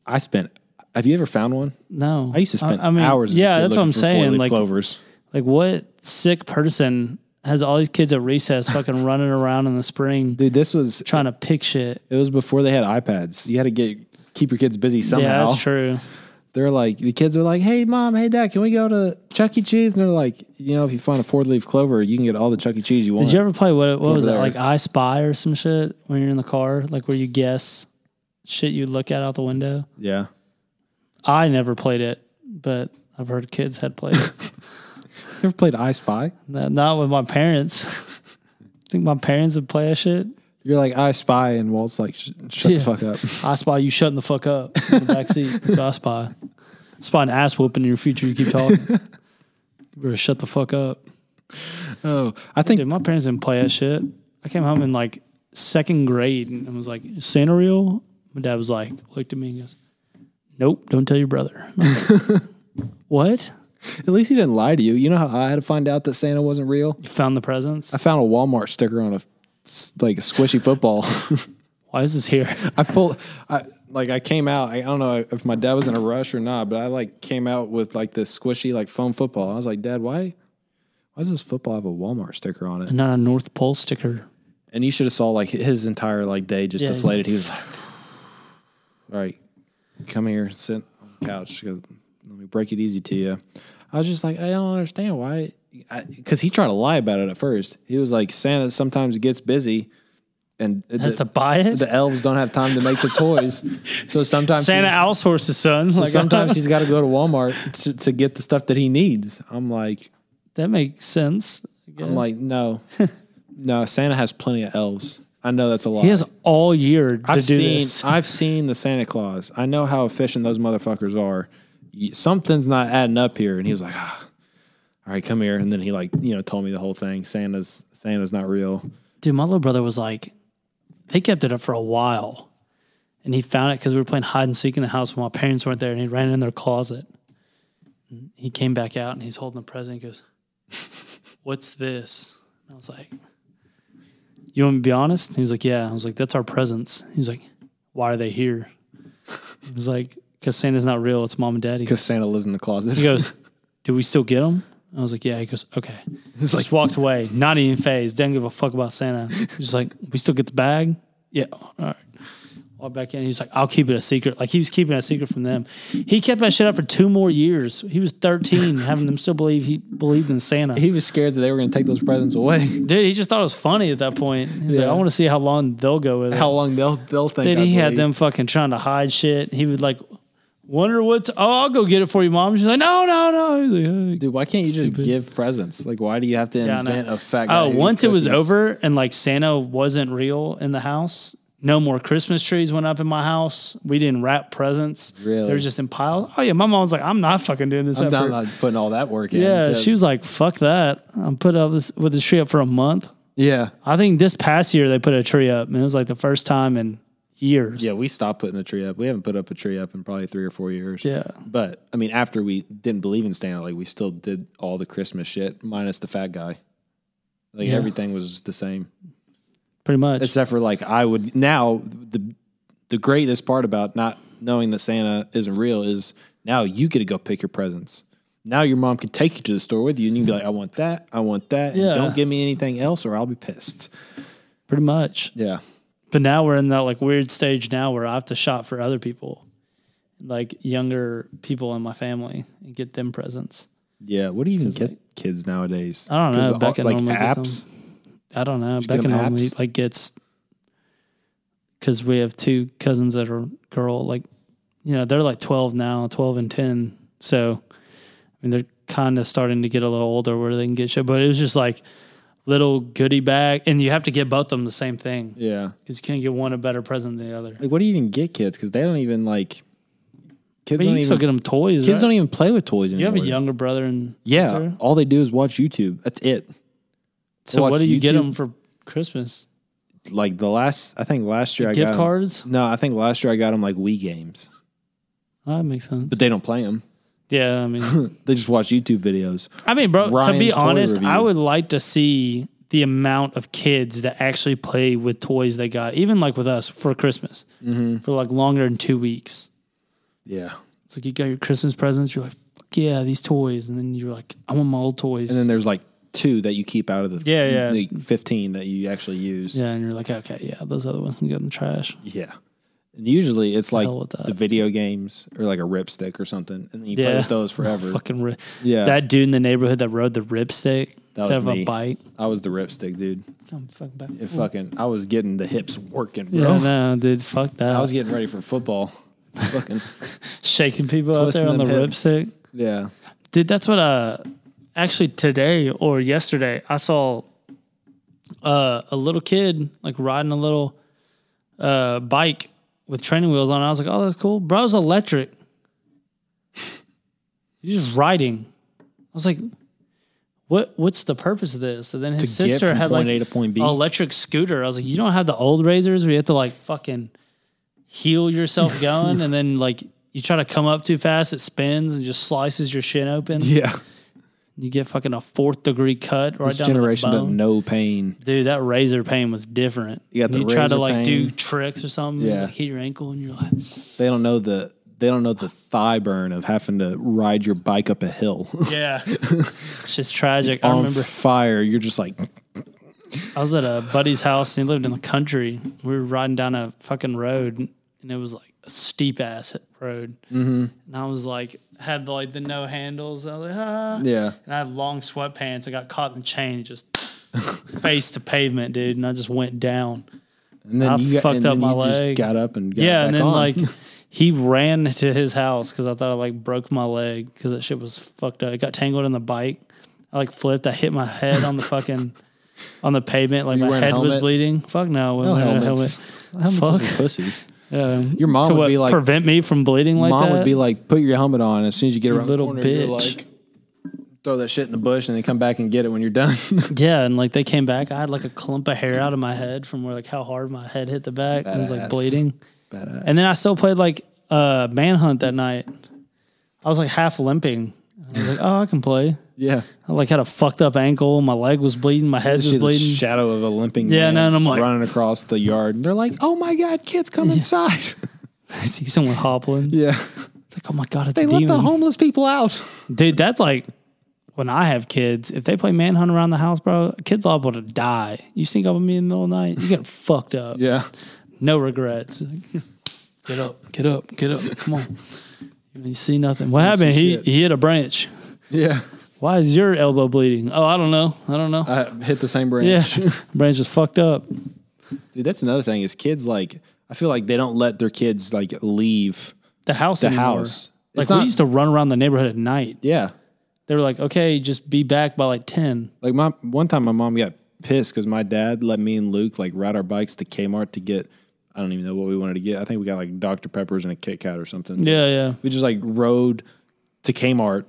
A: I spent. Have you ever found one?
B: No,
A: I used to spend
B: I mean,
A: hours. as a
B: Yeah,
A: kid
B: that's
A: looking
B: what I'm
A: for
B: saying.
A: four-leaf
B: Like,
A: clovers.
B: like what sick person has all these kids at recess fucking running around in the spring
A: Dude, this was
B: trying to pick shit?
A: it was before they had iPads. You had to get keep your kids busy somehow.
B: Yeah, that's true.
A: They're like the kids are like, "Hey, mom, hey, dad, can we go to Chuck E. Cheese?" And they're like, "You know, if you find a four-leaf clover, you can get all the Chuck E. Cheese you want."
B: Did you ever play what? What
A: Remember
B: was that?
A: that
B: Like
A: one?
B: I Spy or some shit when you're in the car, like where you guess shit you look at out the window.
A: yeah,
B: I never played it, but I've heard kids had played it.
A: you ever played I Spy?
B: No, Not with my parents. I think my parents would play that shit.
A: You're like I Spy, and Walt's like, "Sh- "Shut
B: Yeah.
A: the fuck up."
B: I spy you shutting the fuck up in the backseat. That's what I spy. I spy an ass whooping in your future. You keep talking. you better shut the fuck up.
A: Oh, I think
B: Dude, my parents didn't play that shit. I came home in like second grade and was like, Santa real? My dad was like, looked at me and goes, Nope, don't tell your brother. And I was like, what?
A: at least he didn't lie to you. You know how I had to find out that Santa wasn't real?
B: You found the presents?
A: I found a Walmart sticker on a s- like a squishy football.
B: Why is this here?
A: I pulled, I like I came out. I don't know if my dad was in a rush or not, but I like came out with like this squishy like foam football. I was like, Dad, why, why does this football have a Walmart sticker on it?
B: Not a North Pole sticker.
A: And you should have saw like his entire like day just
B: Yeah, he's-
A: deflated. He was like, All right, come here, sit on the couch. Go- Let me break it easy to you. I was just like, I don't understand why, because he tried to lie about it at first. He was like, Santa sometimes gets busy. And it
B: Has to buy it?
A: the elves don't have time to make the toys. So sometimes
B: Santa
A: he-
B: outsources, son.
A: so
B: like,
A: sometimes he's got to go to Walmart to, to get the stuff that he needs. I'm like,
B: that makes sense. I guess.
A: I'm like, no, no. Santa has plenty of elves. I know that's a lot.
B: He has all year to
A: I've
B: do
A: seen,
B: this.
A: I've seen the Santa Claus. I know how efficient those motherfuckers are. Y- Something's not adding up here. And he was like, ah, all right, come here. And then he like, you know, told me the whole thing. Santa's Santa's not real.
B: Dude, my little brother was like, they kept it up for a while. And he found it because we were playing hide and seek in the house when my parents weren't there. And he ran in their closet. He came back out and he's holding the present. He goes, What's this? And I was like, You want me to be honest? And he was like, Yeah. I was like, That's our presents. He was like, Why are they here? He was like, Because Santa's not real. It's mom and daddy.
A: Because Santa lives in the closet.
B: He goes, "Do we still get them?" I was like, "Yeah." He goes, "Okay." He's like, walks away, not even phased. Doesn't give a fuck about Santa. He's just like, "We still get the bag?" Yeah. All right. Walk back in. He's like, "I'll keep it a secret." Like he was keeping it a secret from them. He kept that shit up for two more years. He was thirteen, having them still believe he believed in Santa.
A: he was scared that they were going to take those presents away.
B: Dude, he just thought it was funny at that point. He's like,
A: Yeah.
B: "I want to see how long they'll go with it."
A: How long they'll they'll think?
B: Dude,
A: I
B: he had
A: believe.
B: them fucking trying to hide shit. He would like wonder what's. Oh, I'll go get it for you, mom. She's like, "No, no, no." He's like, "Oh, "Hey."
A: Dude, why can't you just give presents? Like, why do you have to
B: Yeah, I know.
A: invent a fact?
B: Oh, once it was over and like Santa wasn't real in the house, no more Christmas trees went up in my house. We didn't wrap presents.
A: Really?
B: They were just in piles. Oh yeah, my mom was like, I'm not fucking doing this.
A: I'm
B: effort.
A: not, not putting all that work in.
B: yeah,
A: to-
B: she was like, fuck that. I'm put all this with the tree up for a month.
A: Yeah,
B: I think this past year they put a tree up and it was like the first time in years.
A: yeah. We stopped putting the tree up. We haven't put up a tree up in probably three or four years.
B: Yeah.
A: but I mean, after we didn't believe in Santa, like we still did all the Christmas shit minus the fat guy. Like
B: Yeah.
A: everything was the same,
B: Pretty much.
A: except for like I would now the the greatest part about not knowing that Santa isn't real is now you get to go pick your presents. Now your mom can take you to the store with you, and you can be like, "I want that, I want that, and
B: Yeah.
A: don't give me anything else, or I'll be pissed."
B: pretty much.
A: Yeah.
B: but now we're in that like weird stage now where I have to shop for other people, like younger people in my family, and get them presents.
A: Yeah. What do you even get kids nowadays?
B: I don't know.
A: 'Cause
B: Becca
A: all- like
B: normally gets
A: apps.
B: I don't know.
A: get
B: Becca
A: them
B: normally
A: apps?
B: like gets because we have two cousins that are girl. Like you know, they're like twelve now, twelve and ten. So I mean, they're kind of starting to get a little older where they can get shit. But it was just like little goodie bag, and you have to get both of them the same thing
A: Yeah.
B: because you can't get one a better present than the other.
A: Like, what do you even get kids? Because they don't even like. Kids
B: But you
A: don't
B: can still
A: even.
B: get them toys.
A: kids
B: right?
A: don't even play with toys
B: You
A: anymore.
B: have a younger brother and
A: Yeah.
B: sister?
A: All they do is watch YouTube. That's it.
B: So
A: watch
B: what do you get
A: YouTube.
B: 'em get them for Christmas?
A: Like the last, I think last year I
B: Gift
A: got 'em-
B: cards?
A: No, I think last year I got them like Wii games.
B: That makes sense.
A: but they don't play them.
B: yeah, I mean,
A: They just watch YouTube videos.
B: I mean, bro. to be
A: Ryan's toy
B: honest,
A: review.
B: I would like to see the amount of kids that actually play with toys they got, even like with us for Christmas,
A: Mm-hmm.
B: for like longer than two weeks.
A: Yeah.
B: It's like you got your Christmas presents. You're like, Fuck yeah, these toys, and then you're like, I want my old toys.
A: And then there's like two that you keep out of the
B: Yeah, yeah.
A: the 15 that you actually use.
B: yeah, and you're like, okay, yeah, those other ones can go in the trash.
A: Yeah. And usually it's like
B: hell with that.
A: the video games or like a ripstick or something. And you play
B: Yeah. Oh,
A: with those forever.
B: Fucking ri-
A: Yeah.
B: That dude in the neighborhood that rode the ripstick
A: That was
B: instead of
A: me.
B: a bite.
A: I was the ripstick, dude.
B: Come fucking back.
A: It fucking, I was getting the hips working, bro.
B: Yeah, no, dude, fuck that.
A: I was getting ready for football. fucking,
B: shaking people out there
A: Twisting
B: on the
A: them hips.
B: ripstick.
A: yeah.
B: Dude, that's what uh actually today or yesterday I saw uh a little kid like riding a little uh bike with training wheels on. I was like, "Oh, that's cool. Bro's electric." He's just riding. I was like, "What what's the purpose of this?" And then his
A: To get
B: sister
A: from
B: had
A: point
B: like
A: A to point B.
B: an electric scooter. I was like, "You don't have the old razors where you have to like fucking heal yourself going and then like you try to come up too fast, it spins and just slices your shin open."
A: Yeah.
B: You get fucking a fourth degree cut right
A: This
B: down
A: generation
B: to the
A: doesn't
B: bone.
A: know pain.
B: Dude, that razor pain was different.
A: You got
B: When
A: the
B: you try to
A: razor
B: like do
A: pain.
B: tricks or something. Yeah.
A: Yeah.
B: Like hit your ankle and you're like,
A: They don't know the, they don't know the thigh burn of having to ride your bike up a hill.
B: yeah, it's just tragic. I
A: On
B: remember
A: fire. You're just like,
B: I was at a buddy's house and he lived in the country. We were riding down a fucking road and it was like a steep ass road. Mm-hmm. And I was like, had like the no handles. I was like, ah.
A: yeah.
B: And I had long sweatpants. I got caught in the chain and just face to pavement, dude. And I just went down.
A: And then
B: I
A: you got,
B: fucked
A: and
B: up
A: then
B: my
A: you
B: leg.
A: Just got up and got
B: yeah,
A: back
B: and then
A: on.
B: like he ran to his house because I thought I like broke my leg because that shit was fucked up. It got tangled in the bike. I like flipped. I hit my head on the fucking on the pavement. Like
A: Were you
B: my
A: wearing a
B: head was
A: helmet?
B: bleeding. Fuck no, I
A: no
B: wasn't wearing a
A: helmets.
B: helmet.
A: Helmets are
B: Fuck.
A: pussies.
B: Yeah.
A: Your mom
B: to
A: would
B: what,
A: be like-
B: prevent me from bleeding like
A: Mom
B: that.
A: would be like, "Put your helmet on." As soon as you get around
B: little
A: the corner, you're
B: bitch.
A: like, throw that shit in the bush, and then come back and get it when you're done.
B: yeah, and like they came back. I had like a clump of hair out of my head from where like how hard my head hit the back. It was like
A: Badass.
B: bleeding.
A: Badass.
B: And then I still played like uh manhunt that night. I was like half limping. I was like, oh, I can play.
A: yeah,
B: I like had a fucked up ankle. My leg was bleeding. My head
A: you
B: was
A: see the
B: bleeding.
A: shadow of a limping
B: Yeah,
A: man
B: no, and I'm like-
A: running across the yard, and they're like, "Oh my god, kids, come inside!"
B: I see someone hobbling.
A: yeah,
B: Like, oh my god, it's
A: they
B: a
A: let
B: demon,
A: the homeless people out.
B: dude. That's like when I have kids. If they play manhunt around the house, bro, kids liable to die. You sneak up on me in the middle of the night, you get fucked up.
A: Yeah,
B: No regrets. Get up, get up, get up. Come on. You see nothing. What happened?
A: see
B: He
A: shit.
B: he hit a branch.
A: yeah,
B: Why is your elbow bleeding? Oh, I don't know. I don't know.
A: I hit the same branch.
B: yeah, branch is fucked up.
A: Dude, that's another thing is kids like I feel like they don't let their kids like leave.
B: The house.
A: The
B: anymore.
A: house.
B: Like
A: It's
B: we
A: not-
B: used to run around the neighborhood at night.
A: Yeah,
B: They were like, okay, just be back by like ten.
A: Like my one time, my mom got pissed because my dad let me and Luke like ride our bikes to Kmart to get. I don't even know what we wanted to get. I think we got like Dr Peppers and a Kit Kat or something.
B: Yeah, yeah.
A: We just like rode to Kmart.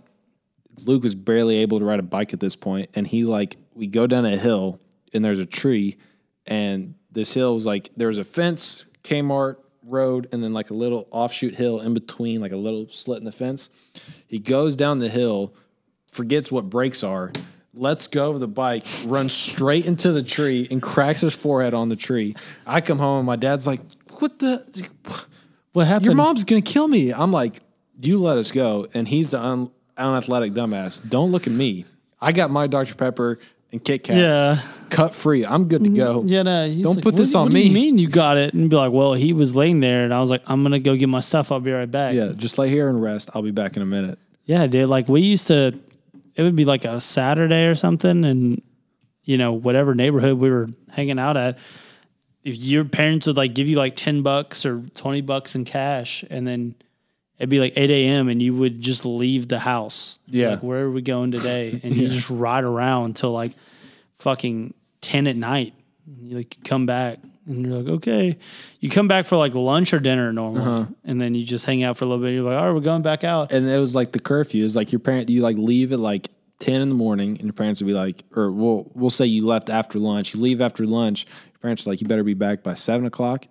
A: Luke was barely able to ride a bike at this point, and he like we go down a hill and there's a tree, and this hill was like there was a fence, Kmart road, and then like a little offshoot hill in between, like a little slit in the fence. He goes down the hill, forgets what brakes are, lets go of the bike, runs straight into the tree, and cracks his forehead on the tree. I come home, and my dad's like, "What the?"
B: What happened?
A: your mom's gonna kill me. I'm like, you let us go, and he's the un- unathletic dumbass. Don't look at me. I got my Dr Pepper and Kit Kat,
B: Yeah. Mm-hmm.
A: cut free. I'm good to go.
B: Yeah, no. he's
A: Don't
B: like,
A: put
B: "What
A: this
B: do you-
A: on
B: what
A: me.
B: Do you mean you got it? And be like, well, he was laying there, and I was like, I'm gonna go get my stuff. I'll be right back.
A: yeah. Just lay here and rest. I'll be back in a minute.
B: Yeah, dude. Like we used to, it would be like a Saturday or something, and you know whatever neighborhood we were hanging out at, if your parents would like give you like ten bucks or twenty bucks in cash, and then it'd be like eight a.m. and you would just leave the house.
A: Yeah.
B: like where are we going today? And you just ride around until like fucking ten at night. And You like come back and you're like okay. You come back for like lunch or dinner normally, and then you just hang out for a little bit. You're like, all right, we're going back out.
A: And it was like the curfew. Is like your parent. You like leave at like ten in the morning, and your parents would be like, or we'll we'll say you left after lunch. You leave after lunch. Your parents are like, you better be back by seven o'clock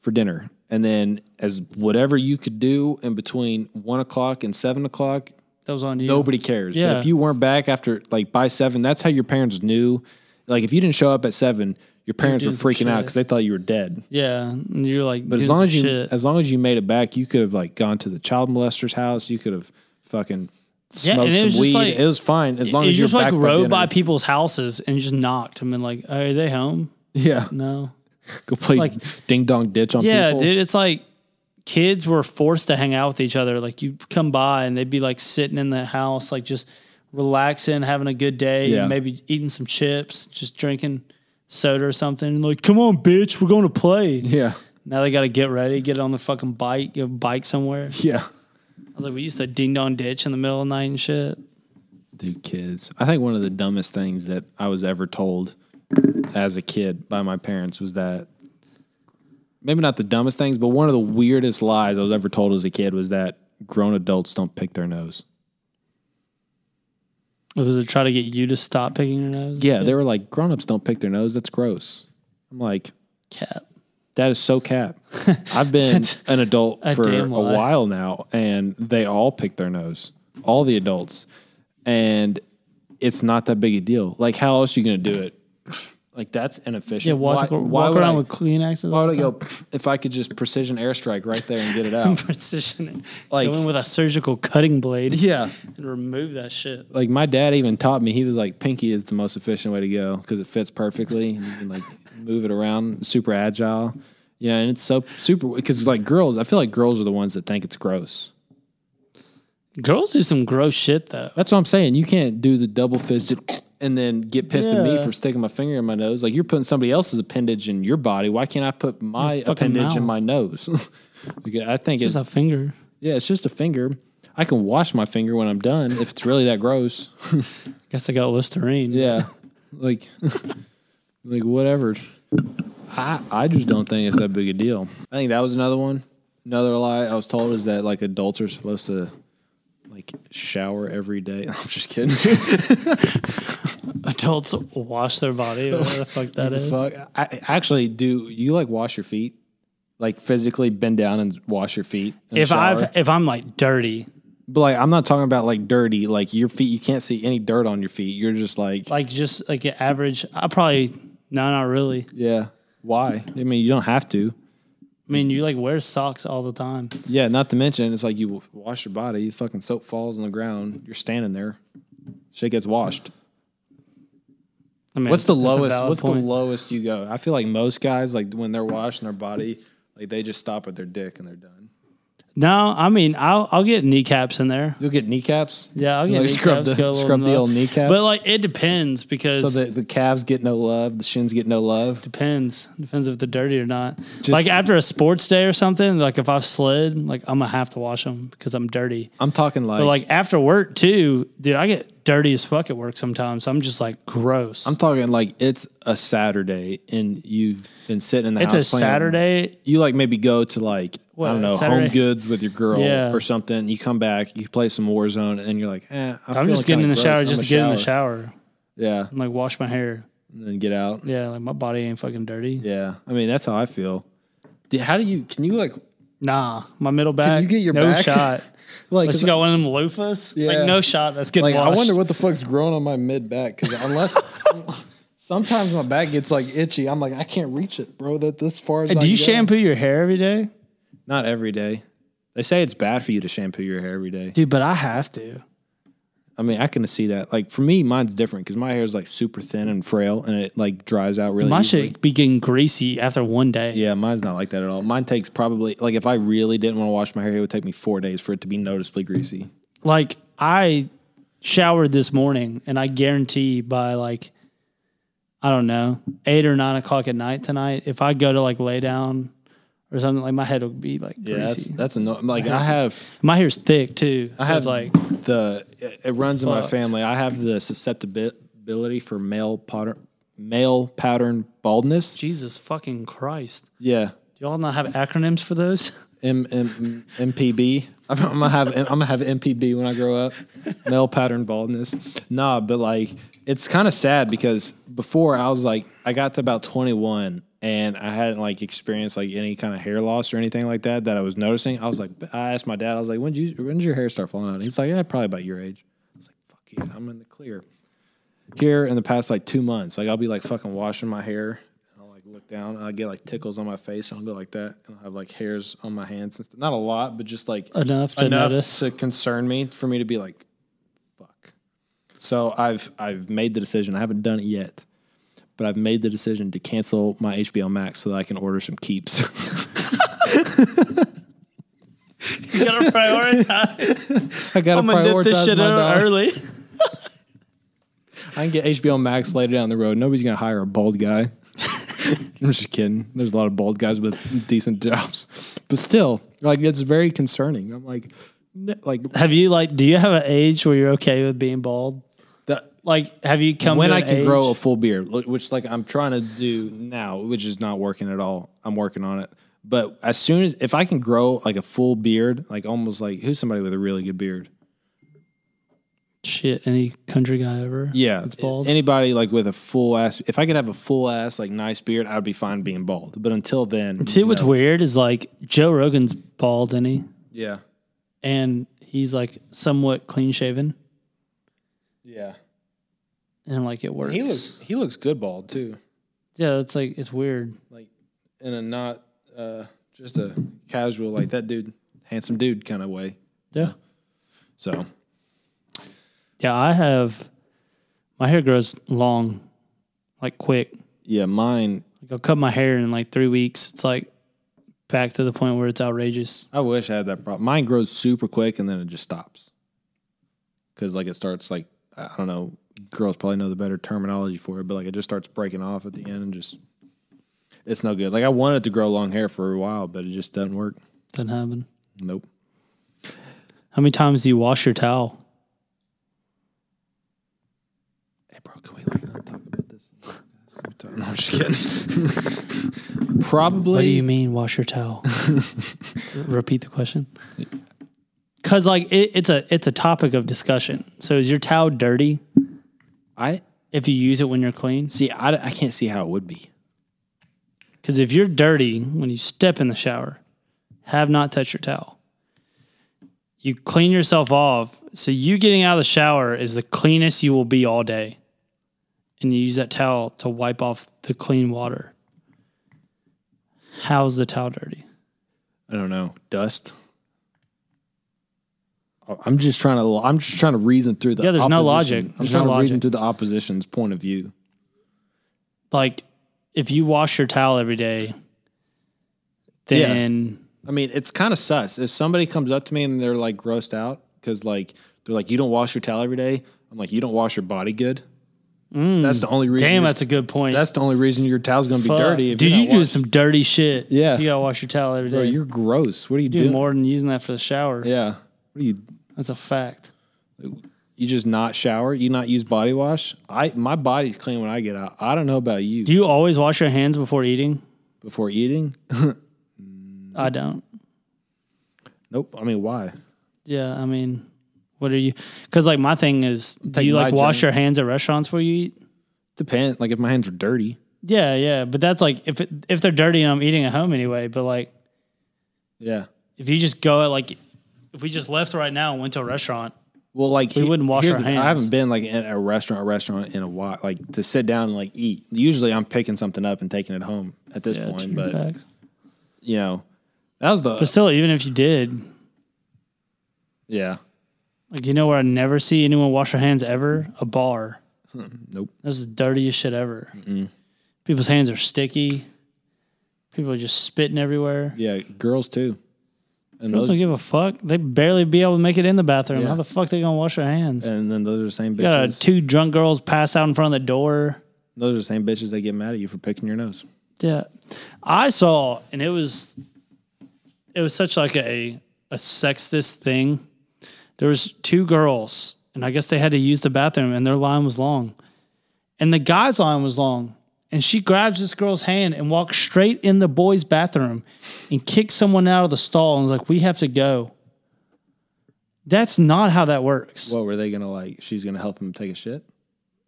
A: for dinner. and then as whatever you could do in between one o'clock and seven o'clock,
B: That was on you.
A: nobody cares. But
B: Yeah.
A: if you weren't back after like by seven, that's how your parents knew. Like if you didn't show up at seven, your parents were
B: did some
A: freaking out
B: shit.
A: because they thought you were dead.
B: Yeah, and you're like,
A: But as long
B: doing some
A: as you
B: shit.
A: as long as you made it back, you could have like gone to the child molester's house. You could have fucking smoked
B: Yeah, and it was
A: some
B: just
A: weed.
B: like-
A: it was fine as long
B: you
A: as you're
B: just like
A: back
B: rode by
A: dinner.
B: people's houses and just knocked and been like, are they home?
A: Yeah,
B: No.
A: go play
B: like-
A: ding dong ditch on
B: Yeah,
A: people.
B: dude, it's like kids were forced to hang out with each other. Like you come by and they'd be like sitting in the house, like just relaxing, having a good day,
A: Yeah.
B: and maybe eating some chips, just drinking soda or something. Like, come on, bitch, we're going to play.
A: Yeah,
B: Now they got to get ready, get on the fucking bike, go bike somewhere.
A: yeah.
B: I was like, we used to ding dong ditch in the middle of the night and shit.
A: Dude, kids. I think one of the dumbest things that I was ever told as a kid by my parents was that maybe not the dumbest things, but one of the weirdest lies I was ever told as a kid was that grown adults don't pick their nose.
B: It was to try to get you to stop picking your nose.
A: Yeah, they were like, grown ups don't pick their nose. That's gross. I'm like,
B: cap.
A: that is so cap. I've been an adult
B: a
A: for a
B: damn lie.
A: while now, and they all pick their nose, all the adults. And it's not that big a deal. Like, how else are you going to do it? Like, that's inefficient.
B: Yeah, walk,
A: why,
B: walk
A: why would
B: around
A: I,
B: with Kleenexes.
A: Why
B: all
A: would I
B: the
A: go "Pff," if I could just precision airstrike right there and get it out?
B: precision
A: Like-
B: like going with a surgical cutting blade
A: yeah.
B: and remove that shit.
A: Like my dad even taught me. He was like, "Pinky is the most efficient way to go because it fits perfectly. And you can like move it around, super agile. Yeah, and it's so super because like girls, I feel like girls are the ones that think it's gross.
B: Girls do some gross shit though.
A: That's what I'm saying. You can't do the double fisted and then get pissed at me
B: Yeah.
A: for sticking my finger in my nose. Like you're putting somebody else's appendage in your body. Why can't I put my
B: fucking
A: appendage in
B: mouth.
A: my nose? Because I think it's
B: Just a finger.
A: Yeah, it's just a finger. I can wash my finger when I'm done if it's really that gross.
B: Guess I got Listerine.
A: Yeah. like like whatever. I I just don't think it's that big a deal. I think that was another one. Another lie I was told is that like adults are supposed to like shower every day. I'm just kidding.
B: Adults wash their body. Whatever the fuck that is.
A: Fuck. I actually do you like wash your feet? Like physically bend down and wash your feet. in the
B: If
A: shower?
B: I've if I'm like dirty,
A: but like I'm not talking about like dirty, like your feet you can't see any dirt on your feet. You're just like
B: like just like an average, I probably no, not really.
A: Yeah. Why? I mean, you don't have to.
B: I mean, you like wear socks all the time.
A: Yeah, not to mention, it's like you w- wash your body, you fucking soap falls on the ground, you're standing there, shit gets washed.
B: I mean,
A: What's the
B: that's a
A: lowest?
B: valid
A: What's
B: point.
A: the lowest you go? I feel like most guys, like when they're washing their body, like they just stop at their dick and they're done.
B: No, I mean, I'll I'll get kneecaps in there.
A: You'll get kneecaps.
B: Yeah, I'll get
A: Like,
B: kneecaps.
A: scrub the-
B: go a little
A: scrub the
B: low.
A: old kneecap?
B: But like, it depends because
A: So the, the calves get no love, the shins get no love.
B: Depends. Depends if they're dirty or not. like after a sports day or something, like if I've slid, like I'm gonna have to wash them because I'm dirty.
A: I'm talking like,
B: But like after work too, dude, I get dirty as fuck at work sometimes. I'm just like gross.
A: I'm talking like it's a Saturday and you've been sitting in the
B: it's
A: house.
B: a
A: playing-
B: Saturday.
A: you like maybe go to like I
B: What,
A: don't know Home
B: Saturday?
A: Goods with your girl
B: Yeah.
A: or something. You come back, you play some Warzone, and you're like, eh, I'm,
B: I'm
A: feeling
B: just getting
A: kinda
B: in the shower
A: gross.
B: just
A: I'm
B: to get in
A: a
B: the shower
A: Yeah,
B: and like wash my hair.
A: and then get out. Yeah.
B: Yeah, like my body ain't fucking dirty.
A: I mean that's how I feel. Dude, How do you? Can you like?
B: Nah, my middle back.
A: you get your
B: no
A: back?
B: shot.
A: Like,
B: Unless you got one of them loofahs,
A: Yeah.
B: like no shot. That's
A: like
B: getting washed.
A: I wonder what the fuck's growing on my mid back because unless. Sometimes my back gets like itchy. I'm like, I can't reach it, bro. That this far as I
B: Uh, Do you
A: can go.
B: shampoo your hair every day,
A: Not every day. They say it's bad for you to shampoo your hair every day.
B: dude? But I have to.
A: I mean, I can see that. Like for me, mine's different because my hair is like super thin and frail, and it like dries out really.
B: My
A: easily.
B: shit be getting greasy after one day.
A: Yeah, mine's not like that at all. Mine takes probably like if I really didn't want to wash my hair, it would take me four days for it to be noticeably greasy.
B: Like I showered this morning, and I guarantee by like I don't know eight or nine o'clock at night tonight, if I go to like lay down or something, like my head will be like
A: Yeah, that's
B: greasy.
A: that's anno- like I have
B: my hair's thick too, so
A: I have
B: it's
A: like
B: like
A: the it, it runs in my
B: Fucked.
A: family. I have the susceptibility for male pattern male pattern baldness.
B: Jesus fucking Christ.
A: Yeah,
B: Do y'all not have acronyms for those?
A: M- M- MPB. I'm gonna have I'm gonna have MPB when I grow up. Male pattern baldness. Nah, but like it's kind of sad because before I was like, I got to about 21 and I hadn't like experienced like any kind of hair loss or anything like that that I was noticing. I was like, I asked my dad, I was like, when did you, when did your hair start falling out? And he's like, yeah, probably about your age. I was like, fuck yeah, I'm in the clear. Here in the past like two months, like I'll be like fucking washing my hair. and I'll like look down and I get like tickles on my face and I'll go like that and I'll have like hairs on my hands. and stuff. Not a lot, but just like
B: Enough to notice.
A: to concern me for me to be like, fuck. So I've I've made the decision. I haven't done it yet, but I've made the decision to cancel my HBO Max so that I can order some keeps.
B: You gotta prioritize.
A: I gotta
B: I'm gonna nip this shit out early.
A: I can get HBO Max later down the road. Nobody's gonna hire a bald guy. I'm just kidding. There's a lot of bald guys with decent jobs, but still, like it's very concerning. I'm like, n- like
B: Have you like? Do you have an age where you're okay with being bald?
A: the,
B: Like, have you come
A: when
B: to
A: I
B: an
A: can
B: age-
A: grow a full beard, li- which like I'm trying to do now, which is not working at all. I'm working on it. But as soon as if I can grow like a full beard, like almost like who's somebody with a really good beard?
B: shit? Any country guy ever?
A: Yeah,
B: it's bald.
A: Anybody like with a full ass? If I could have a full ass like nice beard, I'd be fine being bald. But until then,
B: See what's
A: no.
B: weird is like Joe Rogan's bald, and he
A: Yeah,
B: and he's like somewhat clean shaven,
A: yeah.
B: and like it works.
A: He looks he looks good bald too,
B: yeah, it's like it's weird.
A: like in a not uh just a casual like that dude, handsome dude kind of way.
B: Yeah,
A: So
B: yeah. I have my hair grows long, like quick.
A: yeah, mine
B: Like I'll cut my hair in like three weeks. It's like back to the point where it's outrageous.
A: I wish I had that problem. Mine grows super quick and then it just stops. Cause like it starts like I don't know, girls probably know the better terminology for it, but like it just starts breaking off at the end and just it's no good. Like I wanted to grow long hair for a while, but it just doesn't work.
B: Doesn't happen.
A: Nope.
B: How many times do you wash your towel?
A: Hey bro, can we like not talk about this? No, I'm just kidding. probably
B: What do you mean wash your towel? R- Repeat the question. Cause like it, it's a it's a topic of discussion. So is your towel dirty
A: I
B: if you use it when you're clean?
A: see I, I can't see how it would be.
B: Because if you're dirty when you step in the shower, have not touched your towel. You clean yourself off. So you getting out of the shower is the cleanest you will be all day. And you use that towel to wipe off the clean water. How's the towel dirty?
A: I don't know, dust. I- I'm just trying to. I'm just trying to reason through the.
B: Yeah, there's
A: opposition.
B: no logic.
A: I'm
B: There's
A: trying
B: no
A: to reason
B: logic.
A: through the opposition's point of view.
B: Like if you wash your towel every day, then
A: I mean, it's kind of sus. If somebody comes up to me and they're like grossed out because like they're like, "You don't wash your towel every day." I'm like, "You don't wash your body good." that's the only reason.
B: Mm. damn,
A: your-
B: that's a good point.
A: that's the only reason your towel's gonna be
B: Fuck.
A: dirty. If
B: Dude,
A: you're
B: you
A: not
B: do
A: wash-
B: some dirty shit.
A: Yeah.
B: If you gotta wash your towel every day.
A: Bro, you're gross. What are you
B: do
A: doing?
B: more than using that for the shower.
A: Yeah. What are you?
B: That's a fact.
A: You just not shower? You not use body wash? I my body's clean when I get out. I don't know about you.
B: Do you always wash your hands before eating?
A: Before eating?
B: I don't.
A: nope. I mean, why?
B: Yeah, I mean, what are you? Because like my thing is, do
A: Take
B: you like
A: my
B: wash
A: drink.
B: your hands at restaurants before you eat?
A: Depend. Like if my hands are dirty.
B: Yeah, yeah, but that's like if it, if they're dirty and I'm eating at home anyway. But like
A: Yeah.
B: if you just go at like if we just left right now and went to a restaurant,
A: Well, like
B: We wouldn't wash
A: here's
B: our
A: the-
B: hands.
A: I haven't been like at a restaurant, restaurant in a while. Like to sit down and like eat. Usually, I'm picking something up and taking it home at this
B: yeah,
A: point.
B: true
A: But
B: facts.
A: you know, that was the
B: But still, even if you did,
A: yeah.
B: like you know where I never see anyone wash their hands ever? A bar.
A: Hmm, Nope.
B: That's the dirtiest shit ever. People's hands are sticky. People are just spitting everywhere.
A: Yeah, girls too. And
B: Girls
A: those,
B: don't give a fuck. They barely be able to make it in the bathroom.
A: Yeah.
B: How the fuck they gonna wash their hands?
A: and then those are the same
B: You got
A: bitches.
B: uh, two drunk girls pass out in front of the door.
A: those are the same bitches that get mad at you for picking your nose.
B: Yeah, I saw, and it was, it was such like a a sexist thing. There was two girls, and I guess they had to use the bathroom, and their line was long, and the guy's line was long. And she grabs this girl's hand and walks straight in the boys' bathroom, and kicks someone out of the stall, and was like, "We have to go." That's not how that works.
A: What were they gonna like? She's gonna help him take a shit.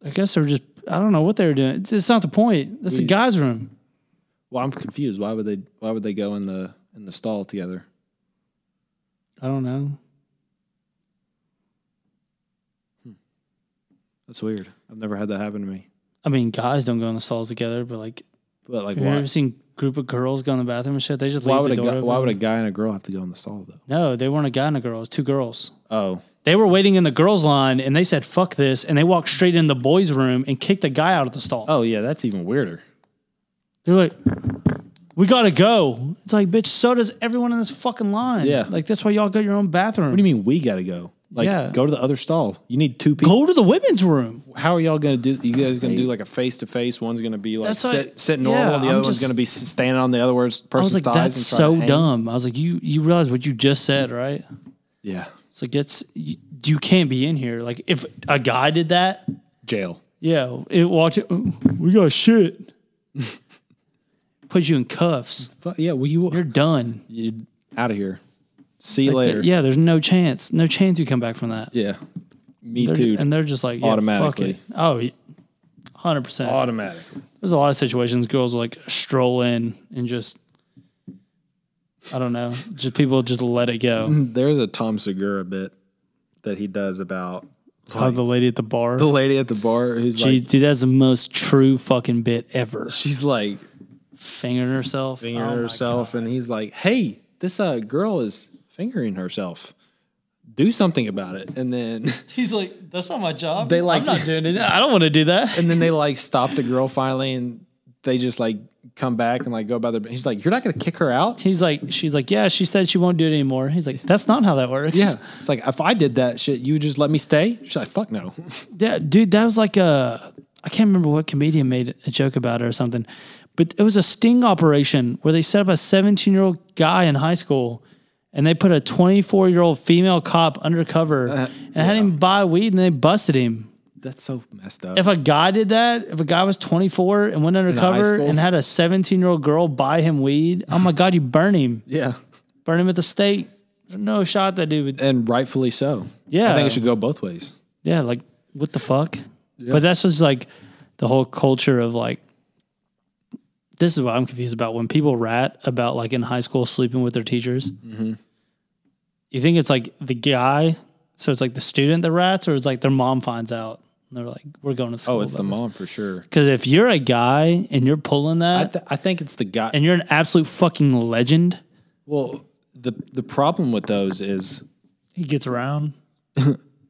B: I guess they were just I don't know what they were doing. It's, it's not the point. That's the guys' room.
A: Well, I'm confused. Why would they? Why would they go in the in the stall together?
B: I don't know.
A: That's weird. I've never had that happen to me.
B: I mean, guys don't go in the stalls together, but like,
A: But like,
B: have you
A: why?
B: ever seen group of girls go in the bathroom and shit? They just leave
A: Why would
B: the
A: a
B: door
A: guy,
B: open.
A: why would a guy and a girl have to go in the stall though?
B: no, they weren't a guy and a girl. It was two girls.
A: Oh,
B: They were waiting in the girls' line and they said "fuck this" and they walked straight in the boys' room and kicked the guy out of the stall.
A: oh yeah, that's even weirder.
B: They're like, "We gotta go." It's like, bitch. So does everyone in this fucking line.
A: Yeah.
B: Like that's why y'all got your own bathroom.
A: What do you mean we gotta go? Like,
B: Yeah.
A: go to the other stall. You need two people.
B: Go to the women's room.
A: How are y'all gonna do? You guys gonna do like a face to face? One's gonna be like
B: That's
A: sit,
B: like-
A: sit normal,
B: yeah,
A: and the
B: I'm
A: other one's
B: just-
A: gonna be s- standing on the other words-
B: I was
A: person's
B: like,
A: thighs.
B: that's
A: and trying
B: so
A: to hang.
B: dumb. I was like, you you realize what you just said, right?
A: Yeah,
B: It's like it's you, you can't be in here. Like if a guy did that,
A: jail.
B: yeah, it walked. "Oh, We got shit. Put you in cuffs.
A: But yeah, well you
B: You're done.
A: you out of here. See you
B: Like,
A: later.
B: yeah, there's no chance. No chance you come back from that.
A: yeah. Me
B: They're-
A: too.
B: and they're just like yeah,
A: Automatically.
B: Fuck it. Oh, hundred percent.
A: automatically.
B: There's a lot of situations girls like stroll in and just I don't know. Just people just let it go.
A: There's a Tom Segura bit that he does about
B: How the lady at the bar.
A: the lady at the bar who's
B: She,
A: like
B: dude, that's the most true fucking bit ever.
A: she's like
B: Fingering herself.
A: fingering
B: Oh my
A: herself and he's like, "Hey, this uh girl is fingering herself. Do something about it." And then
B: He's like, that's not my job.
A: They like-
B: I'm not doing it. I don't want to do that.
A: and then they like stop the girl finally and they just like come back and like go by their he's like, "You're not going to kick her out?"
B: He's like, she's like, yeah, she said she won't do it anymore. He's like, that's not how that works.
A: Yeah. It's like, "If I did that shit, you would just let me stay?" She's like, "Fuck no."
B: Yeah, dude, that was like a I can't remember what comedian made a joke about it or something, but it was a sting operation where they set up a 17 year old guy in high school and they put a 24 year old female cop undercover
A: Uh,
B: and had him buy weed and they busted him.
A: That's so messed up.
B: If a guy did that, if a guy was 24 and went undercover
A: school?
B: and had a 17 year old girl buy him weed, oh my God, you burn him.
A: yeah.
B: Burn him at the stake. There's no shot that dude would.
A: And rightfully so. I
B: Yeah.
A: think it should go both ways.
B: Yeah, like what the fuck? But that's just like the whole culture of like this is what I'm confused about when people rat about like in high school sleeping with their teachers.
A: Mm-hmm.
B: You think it's like the guy, so it's like the student that rats, or it's like their mom finds out and they're like, "We're going to school."
A: Oh, it's the mom for sure.
B: Because if you're a guy and you're pulling
A: I,
B: that,
A: th- I think it's the guy.
B: and you're an absolute fucking legend,
A: well, the the problem with those is
B: he gets around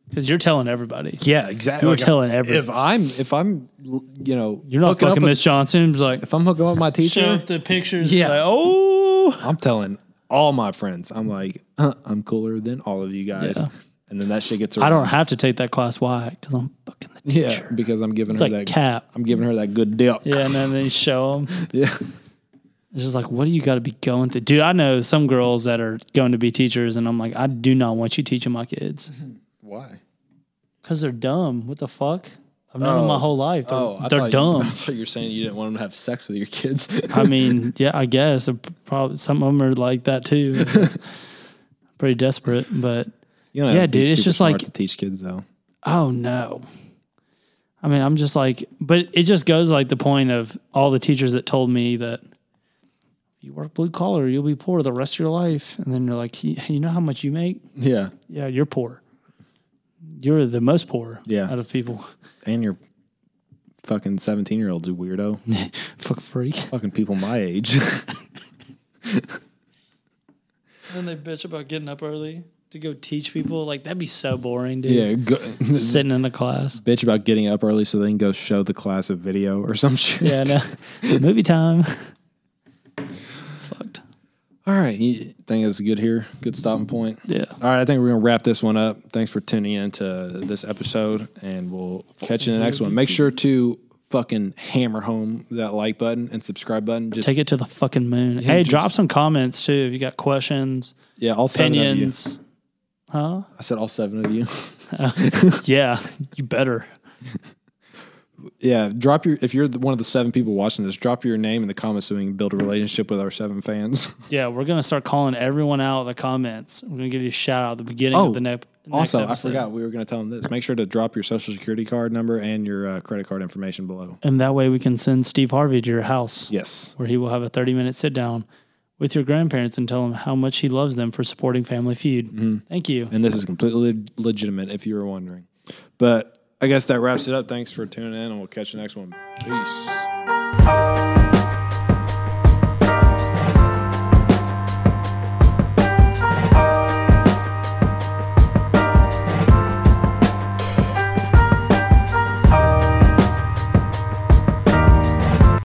B: because you're telling everybody.
A: yeah, exactly.
B: You're telling everyone.
A: If I'm if I'm you know
B: You're not
A: hooking up
B: fucking
A: with-
B: Miss Johnson. He's like,
A: If I'm hooking up with my
B: show
A: teacher,
B: up the pictures.
A: Yeah.
B: like, oh.
A: I'm telling all my friends. I'm like, huh, I'm cooler than all of you guys.
B: Yeah.
A: And then that shit gets. Around.
B: I don't have to take that class. Why? Because I'm fucking the
A: Yeah,
B: teacher.
A: because I'm giving
B: It's
A: her
B: like
A: that
B: cap.
A: I'm giving her that good dick.
B: Yeah, and then they show them.
A: Yeah.
B: It's just like, what do you got to be going through? Dude, I know some girls that are going to be teachers, and I'm like, I do not want you teaching my kids
A: Mm-hmm. Why?
B: because they're dumb. What the fuck? I've known them my whole life. They're,
A: Oh, I thought
B: they're
A: You, I
B: dumb.
A: thought you were saying you didn't want them to have sex with your kids.
B: I mean, yeah, I guess they're probably some of them are like that too. Pretty desperate, but
A: you know,
B: Yeah,
A: it'd be
B: dude, it's
A: super
B: just
A: smart
B: like-
A: to teach kids though.
B: oh no i mean i'm just like but it just goes like the point of all the teachers that told me that you work blue collar you'll be poor the rest of your life and then you're like "Hey, you know how much you make
A: Yeah,
B: yeah you're poor you're the most poor
A: Yeah.
B: out of people
A: and your fucking 17 year old you weirdo.
B: fuck freak
A: fucking people my age.
B: and they bitch about getting up early to go teach people like that'd be so boring dude
A: yeah, go,
B: sitting in the class
A: bitch about getting up early so they can go show the class a video or some shit.
B: yeah no movie time it's fucked
A: All right, you think it's good here, good stopping point.
B: yeah
A: All right, I think we're gonna wrap this one up. Thanks for tuning in to this episode, and we'll catch you in the next one. Make sure to fucking hammer home that like button and subscribe button. Just
B: Take it to the fucking moon. hey,
A: just-
B: drop some comments too if you got questions,
A: yeah, all seven of
B: opinions.
A: you. I said all seven of you.
B: Yeah, you better.
A: yeah, drop your if you're the- one of the seven people watching this, drop your name in the comments so we can build a relationship with our seven fans.
B: Yeah, we're gonna start calling everyone out in the comments. We're gonna give you a shout out at the beginning
A: Oh.
B: of the ne- next
A: Also, I
B: episode.
A: forgot we were going to tell them this. Make sure to drop your social security card number and your uh, credit card information below.
B: And that way we can send Steve Harvey to your house.
A: Yes.
B: Where he will have a 30 minute sit down with your grandparents and tell them how much he loves them for supporting Family Feud. Thank you.
A: And this is completely legitimate if you were wondering. But I guess that wraps it up. Thanks for tuning in, and we'll catch you next one. Peace.